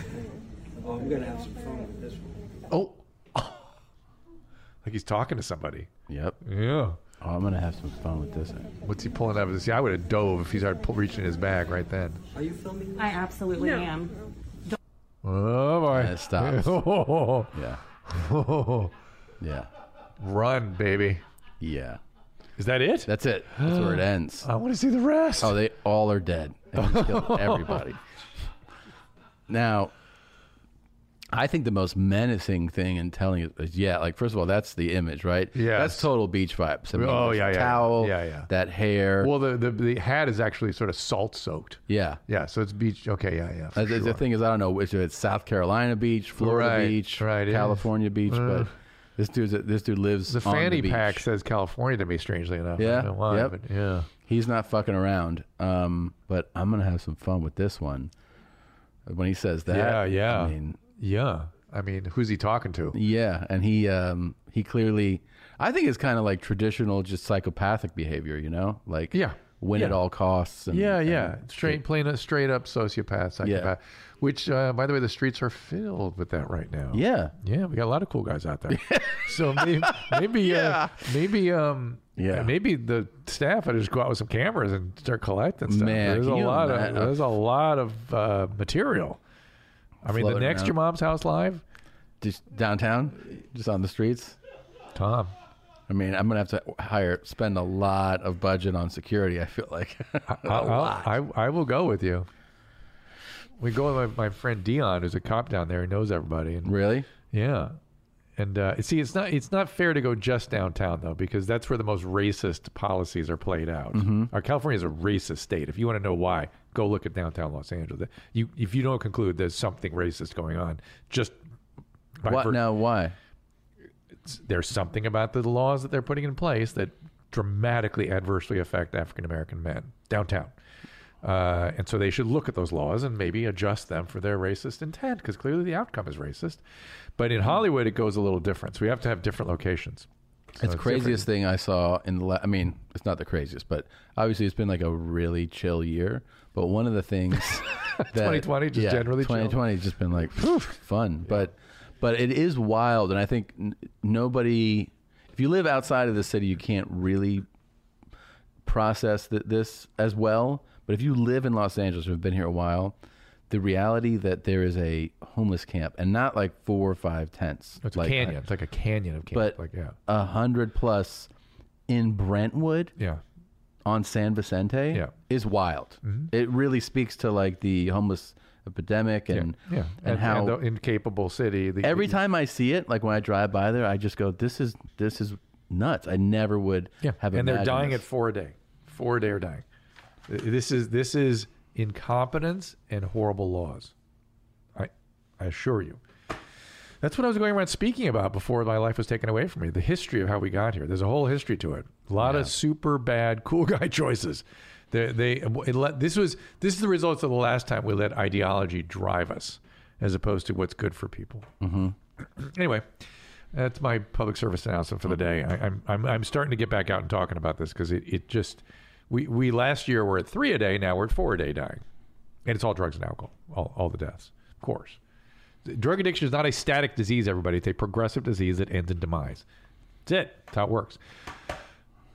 Speaker 11: Oh, I'm gonna have some fun with this one.
Speaker 2: Oh. *laughs* like he's talking to somebody.
Speaker 3: Yep.
Speaker 2: Yeah.
Speaker 3: Oh, I'm gonna have some fun with this.
Speaker 2: What's he pulling out of his? Yeah, I would have dove if he started pull, reaching in his bag right then.
Speaker 11: Are you filming?
Speaker 12: I absolutely am.
Speaker 2: Oh boy.
Speaker 3: Yeah, it stops. Yeah. Yeah.
Speaker 2: *laughs* Run, baby.
Speaker 3: Yeah.
Speaker 2: Is that it?
Speaker 3: That's it.
Speaker 2: *gasps*
Speaker 3: That's where it ends.
Speaker 2: I want to see the rest.
Speaker 3: Oh, they all are dead. And
Speaker 2: *laughs*
Speaker 3: he's killed everybody. Now, I think the most menacing thing in telling it is yeah, like first of all, that's the image, right?
Speaker 2: Yes.
Speaker 3: That's total beach vibes. I mean,
Speaker 2: Oh,
Speaker 3: there's
Speaker 2: yeah,
Speaker 3: the
Speaker 2: yeah,
Speaker 3: towel,
Speaker 2: yeah, yeah.
Speaker 3: that hair.
Speaker 2: well, the, the the hat is actually sort of salt soaked.
Speaker 3: yeah.
Speaker 2: Yeah, so it's beach. Okay, yeah, yeah. for
Speaker 3: Uh, The, the
Speaker 2: sure.
Speaker 3: thing is, I don't know if it's South Carolina beach, Florida
Speaker 2: Right,
Speaker 3: beach,
Speaker 2: right, it is.
Speaker 3: California beach,
Speaker 2: Uh.
Speaker 3: but this dude's a, this dude lives
Speaker 2: the
Speaker 3: on
Speaker 2: fanny
Speaker 3: the
Speaker 2: pack
Speaker 3: beach.
Speaker 2: says California to me, strangely enough. I
Speaker 3: Yeah,
Speaker 2: don't know why,
Speaker 3: yep.
Speaker 2: but yeah.
Speaker 3: He's not fucking around. Um, but I'm gonna have some fun with this one. When he says that,
Speaker 2: Yeah, yeah.
Speaker 3: I mean,
Speaker 2: Yeah. I mean, who's he talking to?
Speaker 3: yeah, and he um he clearly, I think it's kind of like traditional, just psychopathic behavior, you know, like
Speaker 2: Yeah,
Speaker 3: win at
Speaker 2: yeah.
Speaker 3: all costs. And,
Speaker 2: Yeah,
Speaker 3: and-
Speaker 2: yeah. Straight, plain, uh, straight up sociopath, psychopath.
Speaker 3: Yeah.
Speaker 2: Which, uh, by the way, the streets are filled with that right now.
Speaker 3: yeah,
Speaker 2: Yeah, we got a lot of cool guys out
Speaker 3: *laughs*
Speaker 2: there. so maybe, maybe, uh, maybe, um,
Speaker 3: Yeah.
Speaker 2: maybe the staff ought to just go out with some cameras and start collecting stuff.
Speaker 3: Man,
Speaker 2: there's a
Speaker 3: can you
Speaker 2: lot
Speaker 3: imagine?
Speaker 2: of there's a lot of uh, material. I mean, the
Speaker 3: Floating
Speaker 2: next
Speaker 3: around.
Speaker 2: your mom's house live,
Speaker 3: just downtown, just on the streets.
Speaker 2: Tom.
Speaker 3: I mean, I'm gonna have to hire, spend a lot of budget on security. I feel like *laughs* a
Speaker 2: I'll-
Speaker 3: lot.
Speaker 2: I'll- I I will go with you. We go with my, my friend Dion, who's a cop down there, who knows everybody, and
Speaker 3: really?
Speaker 2: Yeah. And uh, see, it's not it's not fair to go just downtown though, because that's where the most racist policies are played out.
Speaker 3: Mm-hmm.
Speaker 2: Our California is a racist state. If you want to know why, go look at downtown Los Angeles. You if you don't conclude there's something racist going on, just by
Speaker 3: What
Speaker 2: vir-
Speaker 3: now? Why?
Speaker 2: there's something about the laws that they're putting in place that dramatically adversely affect African American men downtown. Uh, and so they should look at those laws and maybe adjust them for their racist intent because clearly the outcome is racist. But in Hollywood, it goes a little different. So we have to have different locations. So
Speaker 3: it's craziest thing I saw in the. La- I mean, it's not the craziest, but obviously it's been like a really chill year. But one of
Speaker 2: *laughs*
Speaker 3: the things that
Speaker 2: 2020 just generally chill.
Speaker 3: 2020 has just been
Speaker 2: *laughs*
Speaker 3: like phew, fun, but but it is wild, and I think n- nobody. If you live outside of the city, you can't really process th- this as well. But if you live in Los Angeles or have been here a while, the reality that there is a homeless camp, and not like four or five tents,
Speaker 2: It's
Speaker 3: like
Speaker 2: a canyon. It's like a canyon of camp.
Speaker 3: but
Speaker 2: like yeah,
Speaker 3: a hundred plus in Brentwood
Speaker 2: yeah,
Speaker 3: on San Vicente
Speaker 2: Yeah. Mm-hmm.
Speaker 3: is wild. It really speaks to like the homeless epidemic and
Speaker 2: yeah.
Speaker 3: and, how
Speaker 2: the incapable city. The,
Speaker 3: every time I see it, like when I drive by there, I just go, "This is this is nuts." I never would have
Speaker 2: and they're
Speaker 3: imagined
Speaker 2: dying
Speaker 3: this.
Speaker 2: at four a day. Four a day are dying. Th- This is this is incompetence and horrible laws. I I assure you. That's what I was going around speaking about before my life was taken away from me. The history of how we got here. There's a whole history to it. A lot of super bad cool *laughs* guy choices. They, they it let, this was this is the results of the last time we let ideology drive us, as opposed to what's good for people.
Speaker 3: Mhm.
Speaker 2: Anyway, that's my public service announcement for the day.
Speaker 3: Mm-hmm.
Speaker 2: I, I'm, I'm I'm starting to get back out and talking about this because it, it just we we last year were at three a day, now we're at four a day dying, and it's all drugs and alcohol, all all the deaths, of course. Drug addiction is not a static disease, everybody. It's a progressive disease that ends in demise. That's it. That's how it works.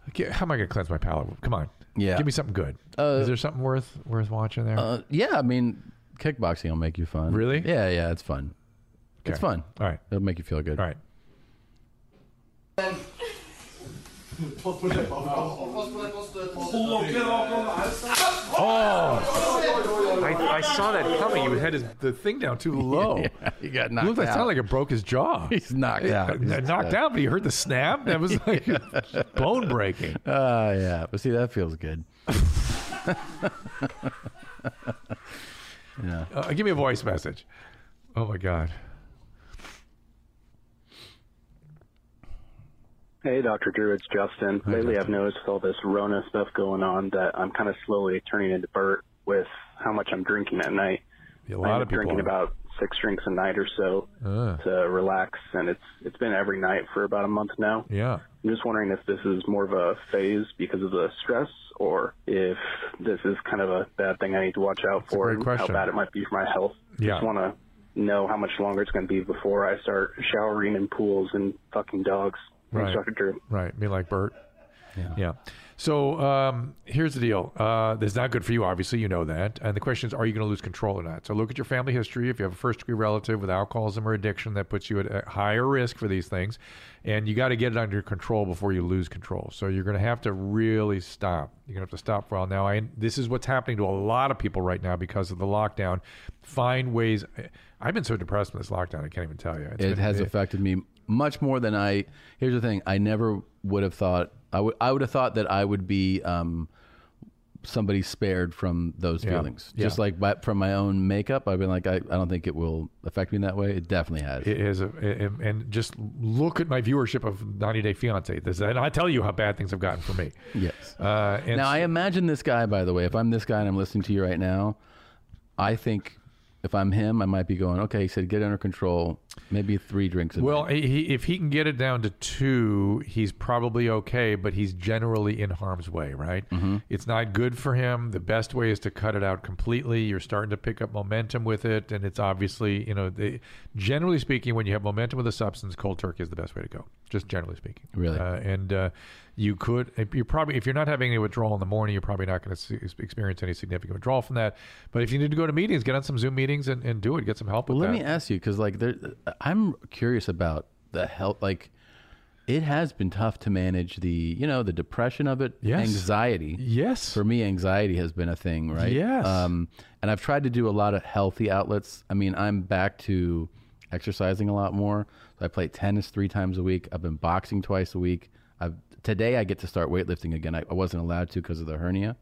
Speaker 2: Okay, how am I going to cleanse my palate? Come on.
Speaker 3: Yeah.
Speaker 2: Give me something good. is there something worth worth watching there?
Speaker 3: Uh, yeah, I mean, kickboxing will make you fun. Really? Yeah, yeah, it's fun. It's
Speaker 2: Okay.
Speaker 3: fun.
Speaker 2: All right,
Speaker 3: it'll make you feel *laughs* good. All
Speaker 2: right. Oh, I, I saw that coming. He had his, the thing down
Speaker 3: *laughs*
Speaker 2: too low.
Speaker 3: he got
Speaker 2: knocked Looked, That
Speaker 3: out.
Speaker 2: sounded like it broke his *laughs* jaw.
Speaker 3: *laughs* He's knocked out.
Speaker 2: Uh, *laughs* knocked out, but he heard the snap. That was *laughs* like bone breaking.
Speaker 3: Oh, yeah. But see, that feels good. yeah.
Speaker 2: Uh, give me a voice message. Oh my god.
Speaker 13: Hey, Dr. Drew, it's Justin. Lately, I've noticed all this Rona stuff going on that I'm kind of slowly turning into Bert with how much I'm drinking at night.
Speaker 2: Yeah, a
Speaker 13: I
Speaker 2: lot
Speaker 13: end
Speaker 2: of
Speaker 13: up
Speaker 2: people
Speaker 13: drinking
Speaker 2: are.
Speaker 13: about six drinks a night or so
Speaker 2: Uh,
Speaker 13: to relax, and it's it's been every night for about a month now.
Speaker 2: yeah.
Speaker 13: I'm just wondering if this is more of a phase because of the stress, or if this is kind of a bad thing I need to watch out for,
Speaker 2: great
Speaker 13: and how
Speaker 2: question.
Speaker 13: bad it might be for my health.
Speaker 2: Yeah.
Speaker 13: Just want to know how much longer it's going to be before I start showering in pools and fucking dogs. Thanks,
Speaker 2: Right.
Speaker 13: Dr. Drew.
Speaker 2: Right. Me like Bert. Yeah. So um, here's the deal. Uh, that's not good for you, obviously. You know that. And the question is, are you going to lose control or not? So look at your family history. If you have a first degree relative with alcoholism or addiction, that puts you at a higher risk for these things. And you got to get it under control before you lose control. So you're going to have to really stop. You're going to have to stop for a while. Now, I, this is what's happening to a lot of people right now because of the lockdown. Find ways. I've been so depressed in this lockdown, I can't even tell you. It's
Speaker 3: it
Speaker 2: been-
Speaker 3: has affected me much more than I. Here's the thing: I never would have thought I would. I would have thought that I would be um, somebody spared from those
Speaker 2: Yeah.
Speaker 3: feelings.
Speaker 2: Yeah.
Speaker 3: Just like by, from my own makeup, I've been like, I, I don't think it will affect me in that way. It definitely has.
Speaker 2: It is, a, and and just look at my viewership of 90 Day Fiance. This, and I tell you how bad things have gotten for me.
Speaker 3: Yes.
Speaker 2: Uh, and
Speaker 3: now I imagine this guy. By the way, if I'm this guy and I'm listening to you right now, I think if I'm him, I might be going, okay. He said, get under control. Maybe three drinks. A
Speaker 2: well, he, he- if he can get it down to two, he's probably okay, but he's generally in harm's way, right?
Speaker 3: Mm-hmm.
Speaker 2: It's not good for him. The best way is to cut it out completely. You're starting to pick up momentum with it, and it's obviously, you know, the, generally speaking, when you have momentum with a substance, cold turkey is the best way to go. Just generally speaking,
Speaker 3: Really?
Speaker 2: Uh, and uh, you could, if you're probably, if you're not having any withdrawal in the morning, you're probably not going to experience any significant withdrawal from that. But if you need to go to meetings, get on some Zoom meetings and, and do it. Get some help with
Speaker 3: Well, let
Speaker 2: that.
Speaker 3: me ask you because like there, I'm curious about the health. Like, it has been tough to manage the you know the depression of it.
Speaker 2: Yes.
Speaker 3: Anxiety.
Speaker 2: Yes.
Speaker 3: For me, anxiety has been a thing, right?
Speaker 2: Yes.
Speaker 3: Um, and I've tried to do a lot of healthy outlets. I mean, I'm back to exercising a lot more. So I play tennis three times a week. I've been boxing twice a week. I've today I get to start weightlifting again. I, I wasn't allowed to because of the hernia.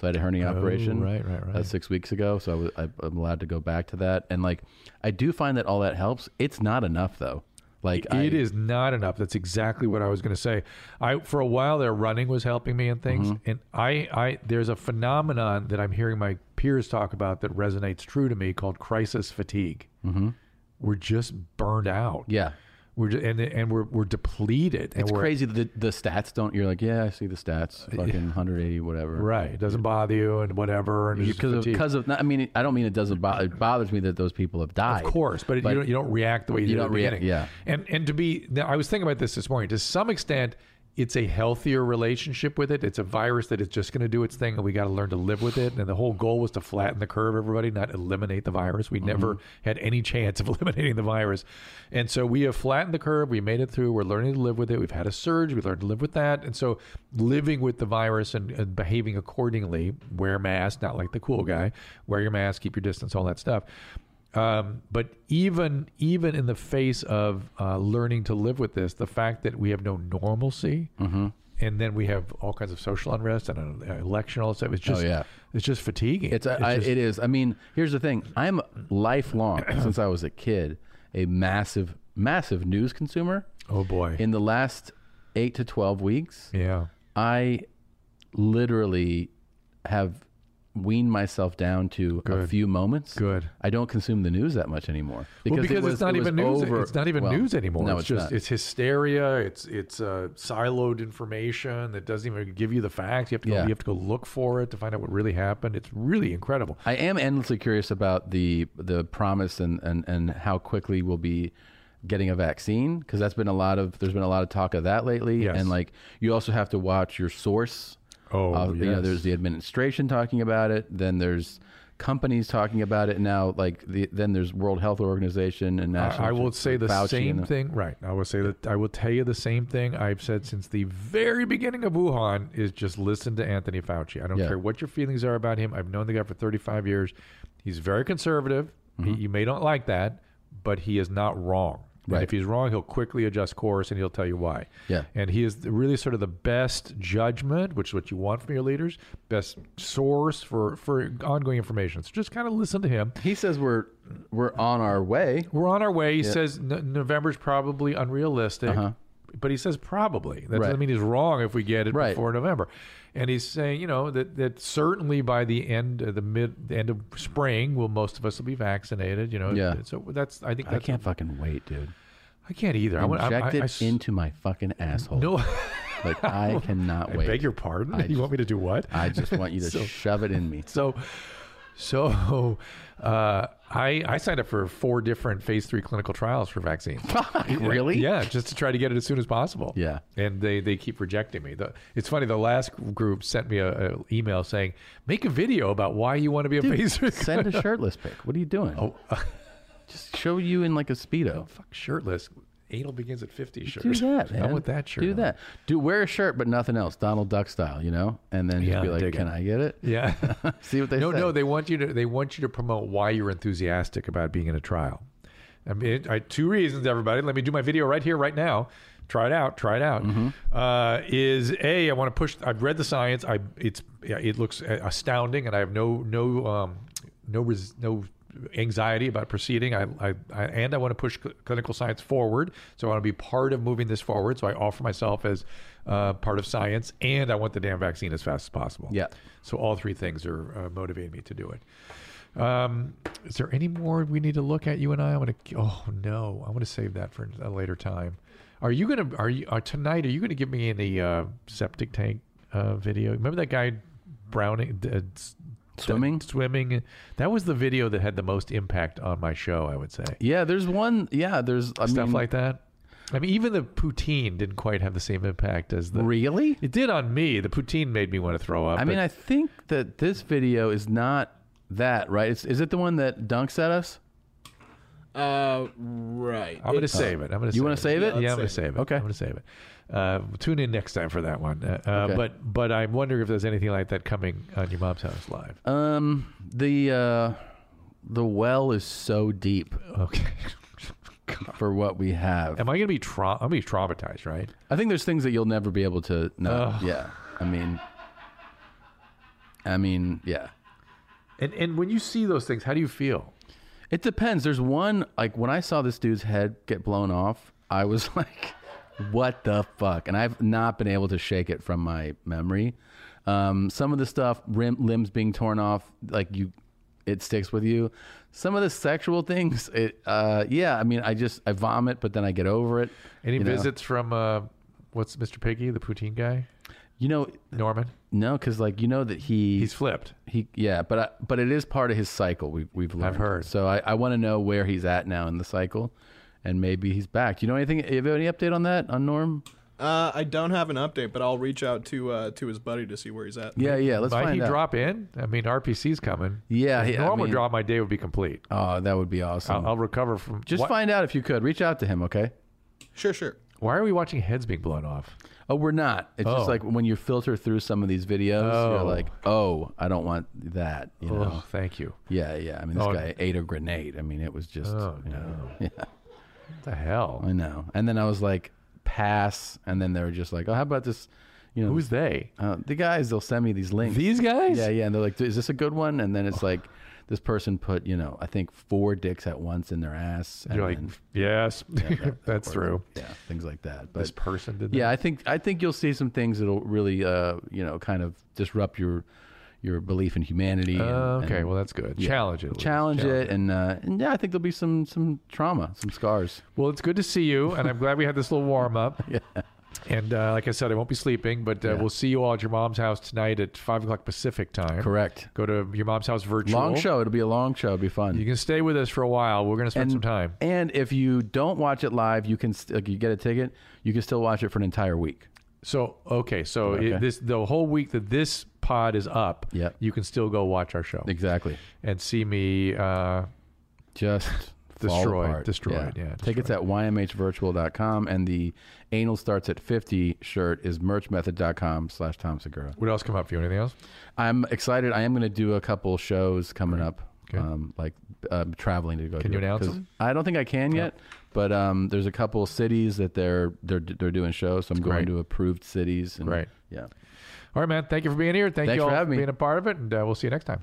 Speaker 3: So I had a hernia
Speaker 2: Oh,
Speaker 3: operation
Speaker 2: right, right, right.
Speaker 3: uh, six weeks ago, so I was, I, I'm allowed to go back to that. And like, I do find that all that helps. It's not enough though. Like, I,
Speaker 2: it is not enough. That's exactly what I was going to say. I for a while there, running was helping me and things.
Speaker 3: Mhm.
Speaker 2: And I, I, there's a phenomenon that I'm hearing my peers talk about that resonates true to me called crisis fatigue.
Speaker 3: Mhm.
Speaker 2: We're just burned out.
Speaker 3: Yeah,
Speaker 2: we're just, and and we're we're depleted. And
Speaker 3: it's
Speaker 2: we're,
Speaker 3: crazy that the, the stats don't. You're like, yeah, I see the stats, fucking 180, whatever.
Speaker 2: right? It doesn't bother you and whatever. And it's just
Speaker 3: Because of,
Speaker 2: fatigue.
Speaker 3: because of, not, I mean, I don't mean it doesn't bother. It bothers me that those people have died.
Speaker 2: Of course, but, it- you, don't, you don't react the way you,
Speaker 3: You
Speaker 2: did
Speaker 3: don't
Speaker 2: at the
Speaker 3: react-
Speaker 2: beginning.
Speaker 3: yeah.
Speaker 2: and and to be, now, I was thinking about this this morning. To some extent, it's a healthier relationship with it. It's a virus that is just going to do its thing, and we got to learn to live with it. And the whole goal was to flatten the curve, everybody, not eliminate the virus. We never had any chance of *laughs* eliminating the virus. And so we have flattened the curve. We made it through. We're learning to live with it. We've had a surge. We learned to live with that. And so living with the virus and, and behaving accordingly, wear masks, not like the cool guy, wear your mask, keep your distance, all that stuff. Um, but even even in the face of uh, learning to live with this, the fact that we have no normalcy,
Speaker 3: Mm-hmm.
Speaker 2: and then we have all kinds of social unrest and an election, all that stuff. It's just
Speaker 3: Oh, yeah.
Speaker 2: it's just fatiguing.
Speaker 3: It's, uh, I,
Speaker 2: just-
Speaker 3: I, it is. I mean, here's the thing. I'm
Speaker 2: *clears throat*
Speaker 3: lifelong since I was a kid, a massive, massive news consumer.
Speaker 2: Oh boy!
Speaker 3: In the last eight to twelve weeks,
Speaker 2: yeah,
Speaker 3: I literally have weaned myself down to a few moments.
Speaker 2: Good.
Speaker 3: I don't consume the news that much anymore
Speaker 2: well,
Speaker 3: it
Speaker 2: because
Speaker 3: was-
Speaker 2: it's not
Speaker 3: it was
Speaker 2: even news.
Speaker 3: over-
Speaker 2: It's not even
Speaker 3: well,
Speaker 2: news anymore.
Speaker 3: No,
Speaker 2: it's, just
Speaker 3: not.
Speaker 2: it's hysteria. It's it's uh, siloed information that doesn't even give you the facts. You have to go,
Speaker 3: Yeah.
Speaker 2: you have to go look for it to find out what really happened. It's really incredible.
Speaker 3: I am endlessly curious about the the promise and and and how quickly we'll be getting a vaccine because that's been a lot of there's been a lot of talk of that lately
Speaker 2: Yes.
Speaker 3: and like you also have to watch your source
Speaker 2: oh
Speaker 3: you know
Speaker 2: yes.
Speaker 3: there's the administration talking about it then there's companies talking about it now like the then there's world health organization and national
Speaker 2: I, I will say the
Speaker 3: Fauci and
Speaker 2: same
Speaker 3: the-
Speaker 2: thing. Right. I will say that I will tell you the same thing I've said since the very beginning of Wuhan is just listen to Anthony Fauci. I don't
Speaker 3: Yeah.
Speaker 2: care what your feelings are about him. I've known the guy for 35 years. He's very conservative. He-
Speaker 3: Mm-hmm.
Speaker 2: you may not like that, but he is not wrong. And
Speaker 3: Right.
Speaker 2: if he's wrong, he'll quickly adjust course and he'll tell you why.
Speaker 3: Yeah.
Speaker 2: And he is the- really sort of the best judgment, which is what you want from your leaders, best source for, for ongoing information. So just kind of listen to him.
Speaker 3: He says we're we're on our way.
Speaker 2: We're on our way. He
Speaker 3: Yeah. Uh-huh.
Speaker 2: says N- November's probably unrealistic. But he says probably. That
Speaker 3: Right.
Speaker 2: doesn't mean he's wrong if we get it
Speaker 3: Right.
Speaker 2: before November. And he's saying, you know, that, that certainly by the end, uh, the mid, the end of spring, will most of us will be vaccinated. You know,
Speaker 3: Yeah.
Speaker 2: So that's, I think
Speaker 3: I
Speaker 2: that's
Speaker 3: can't fucking wait dude
Speaker 2: I can't either. I want- I- I-
Speaker 3: inject
Speaker 2: I
Speaker 3: it
Speaker 2: s-
Speaker 3: into my fucking asshole
Speaker 2: *laughs* No. *laughs*
Speaker 3: like I cannot
Speaker 2: I
Speaker 3: wait
Speaker 2: beg your pardon? *laughs*
Speaker 3: I
Speaker 2: you want me to do what?
Speaker 3: I just
Speaker 2: *laughs*
Speaker 3: want you to
Speaker 2: So-
Speaker 3: shove it in me.
Speaker 2: So, so *laughs* uh, I I signed up for four different phase three clinical trials for
Speaker 3: *laughs*
Speaker 2: vaccines.
Speaker 3: really?
Speaker 2: Yeah, just to try to get it as soon as possible.
Speaker 3: Yeah.
Speaker 2: and they they keep rejecting me. The, it's funny. The last group sent me a, a email saying, "Make a video about why you want to be a phase three.
Speaker 3: Dude, send a shirtless pic. What are you doing? Oh, *laughs* just show you in like a
Speaker 2: *laughs*
Speaker 3: speedo.
Speaker 2: Fuck shirtless. Anal begins at fifty. Shirt.
Speaker 3: Do that,
Speaker 2: I
Speaker 3: man.
Speaker 2: want that shirt.
Speaker 3: Do
Speaker 2: on.
Speaker 3: that. Do wear a shirt, but nothing else. Donald Duck style, you know. And then just
Speaker 2: Yeah,
Speaker 3: be like,
Speaker 2: dig
Speaker 3: "Can
Speaker 2: it.
Speaker 3: I get it?"
Speaker 2: Yeah.
Speaker 3: *laughs* See what they
Speaker 2: no,
Speaker 3: say.
Speaker 2: no, they want you to they want you to promote why you're enthusiastic about being in a trial. I mean, it, I, two reasons, everybody. Let me do my video right here, right now. Try it out. Try it out.
Speaker 3: Mm-hmm.
Speaker 2: Uh, is a I want to push. I've read the science. I it's yeah, it looks astounding, and I have no no um, no res, no anxiety about proceeding. I, I, I and I want to push cl- clinical science forward. So I want to be part of moving this forward. So I offer myself as uh, part of science, and I want the damn vaccine as fast as possible.
Speaker 3: Yeah.
Speaker 2: So all three things are uh, motivating me to do it. Um, is there any more we need to look at? You and I. I want to. Oh no, I want to save that for a later time. Are you gonna? Are you are tonight? Are you gonna give me any uh, septic tank uh, video? Remember that guy Browning uh, s-
Speaker 3: Swimming?
Speaker 2: Swimming. That was the video that had the most impact on my show. I would say
Speaker 3: Yeah, there's one. Yeah, there's I
Speaker 2: stuff
Speaker 3: mean,
Speaker 2: like that. I mean, even the poutine didn't quite have the same impact as the.
Speaker 3: Really?
Speaker 2: It did on me. The poutine made me want to throw up.
Speaker 3: I
Speaker 2: but-
Speaker 3: mean, I think that this video is not that right. It's, is it the one that Dunks at us?
Speaker 5: Uh, right.
Speaker 2: I'm going to
Speaker 5: It's-
Speaker 2: save it. I'm going to.
Speaker 3: You wanna save it?
Speaker 2: Yeah,
Speaker 3: Yeah,
Speaker 2: I'm going to
Speaker 3: let's
Speaker 2: save it.
Speaker 3: Okay.
Speaker 2: I'm going to save it. Uh, tune in next time for that one. Uh, uh,
Speaker 3: Okay.
Speaker 2: But but I'm wondering if there's anything like that coming on your mom's house live.
Speaker 3: Um, the uh, the well is so deep.
Speaker 2: Okay. *laughs*
Speaker 3: For what we have,
Speaker 2: Am I going to be tra- I'm going to be traumatized, right?
Speaker 3: I think there's things that you'll never be able to know.
Speaker 2: Ugh.
Speaker 3: Yeah. I mean I mean, yeah.
Speaker 2: And and when you see those things, how do you feel?
Speaker 3: It depends. There's one like when I saw this dude's head get blown off, I was *laughs* like, what the fuck? And I've not been able to shake it from my memory. Um, some of the stuff, rim, limbs being torn off, like you it sticks with you. Some of the sexual things, it uh yeah, I mean I just I vomit, but then I get over it.
Speaker 2: Any
Speaker 3: you know?
Speaker 2: visits from uh, what's Mr. Piggy, the poutine guy?
Speaker 3: You know,
Speaker 2: Norman.
Speaker 3: No, because like you know that he
Speaker 2: He's flipped.
Speaker 3: He yeah, but I, but it is part of his cycle. We've we've learned.
Speaker 2: heard.
Speaker 3: So I, I want to know where he's at now in the cycle, and maybe he's back. You know anything? You have any update on that on Norm?
Speaker 5: Uh, I don't have an update, but I'll reach out to uh, to his buddy to see where he's at.
Speaker 2: Might he drop in? I mean, RPC's coming.
Speaker 3: Yeah,
Speaker 2: If
Speaker 3: he- I
Speaker 2: Norm would
Speaker 3: mean-
Speaker 2: drop. My day would be complete.
Speaker 3: Oh, that would be awesome.
Speaker 2: I'll, I'll recover from.
Speaker 3: Just
Speaker 2: Why-
Speaker 3: find out if you could. Reach out to him, okay?
Speaker 5: Sure, sure.
Speaker 2: Why are we watching heads being blown off?
Speaker 3: Oh, we're not. It's
Speaker 2: Oh.
Speaker 3: just like when you filter through some of these videos,
Speaker 2: Oh.
Speaker 3: you're like, oh, I don't want that. You know?
Speaker 2: Oh, thank you.
Speaker 3: Yeah, yeah. I mean, this
Speaker 2: Oh.
Speaker 3: guy ate a grenade. I mean, it was just.
Speaker 2: Oh,
Speaker 3: you know,
Speaker 2: no.
Speaker 3: *laughs* Yeah.
Speaker 2: What the hell?
Speaker 3: I know. And then I was like, pass. And then they were just like, oh, how about this? You know,
Speaker 2: Who's they?
Speaker 3: Uh, the guys. They'll send me these links.
Speaker 2: These guys?
Speaker 3: Yeah, yeah. And they're like, is this a good one? And then it's like, this person put, you know, I think four dicks at once in their ass. And
Speaker 2: You're like,
Speaker 3: then-
Speaker 2: yes, *laughs* that's
Speaker 3: works.
Speaker 2: true.
Speaker 3: Yeah, things like that.
Speaker 2: This person did that?
Speaker 3: Yeah, I think I think you'll see some things that'll really, uh, you know, kind of disrupt your your belief in humanity. and-
Speaker 2: Uh, okay,
Speaker 3: and-
Speaker 2: well that's good.
Speaker 3: yeah.
Speaker 2: Challenge it. at least.
Speaker 3: challenge, it, and uh, and yeah, I think there'll be some some trauma, some scars.
Speaker 2: Well, it's good to see you, and I'm glad we had this little warm
Speaker 3: *laughs*
Speaker 2: up. yeah. And uh, like I said, I won't be sleeping, but uh, we'll see you all at your mom's house tonight at five o'clock Pacific time.
Speaker 3: Correct.
Speaker 2: Go to your mom's house virtual.
Speaker 3: Long show. It'll be a long show. It'll be fun.
Speaker 2: You can stay with us for a while. We're going to spend some time.
Speaker 3: And if you don't watch it live, you can st- like, you get a ticket. You can still watch it for an entire week.
Speaker 2: So okay, so
Speaker 3: Okay.
Speaker 2: It, this the whole week that this pod is up,
Speaker 3: Yep.
Speaker 2: you can still go watch our show
Speaker 3: exactly
Speaker 2: and see me uh, *laughs*
Speaker 3: just Fall
Speaker 2: destroyed,
Speaker 3: apart.
Speaker 2: destroyed. Yeah,
Speaker 3: Tickets at ymhvirtual.com and the anal starts at 50 shirt is merchmethod.com slash Tom Segura.
Speaker 2: What else come up for you? Anything else?
Speaker 3: I'm excited. I am going to do a couple shows coming up, um, like uh, traveling to go.
Speaker 2: Can
Speaker 3: do
Speaker 2: you
Speaker 3: it,
Speaker 2: announce
Speaker 3: 'cause
Speaker 2: them?
Speaker 3: I don't think I can yet, but um, there's a couple cities that they're they're they're doing shows. So I'm going
Speaker 2: Great.
Speaker 3: to approved cities. And,
Speaker 2: Right.
Speaker 3: Yeah.
Speaker 2: All right, man. Thank you for being here. Thank
Speaker 3: Thanks
Speaker 2: you all
Speaker 3: for
Speaker 2: for,
Speaker 3: having me.
Speaker 2: being a part of it, and uh, we'll see you next time.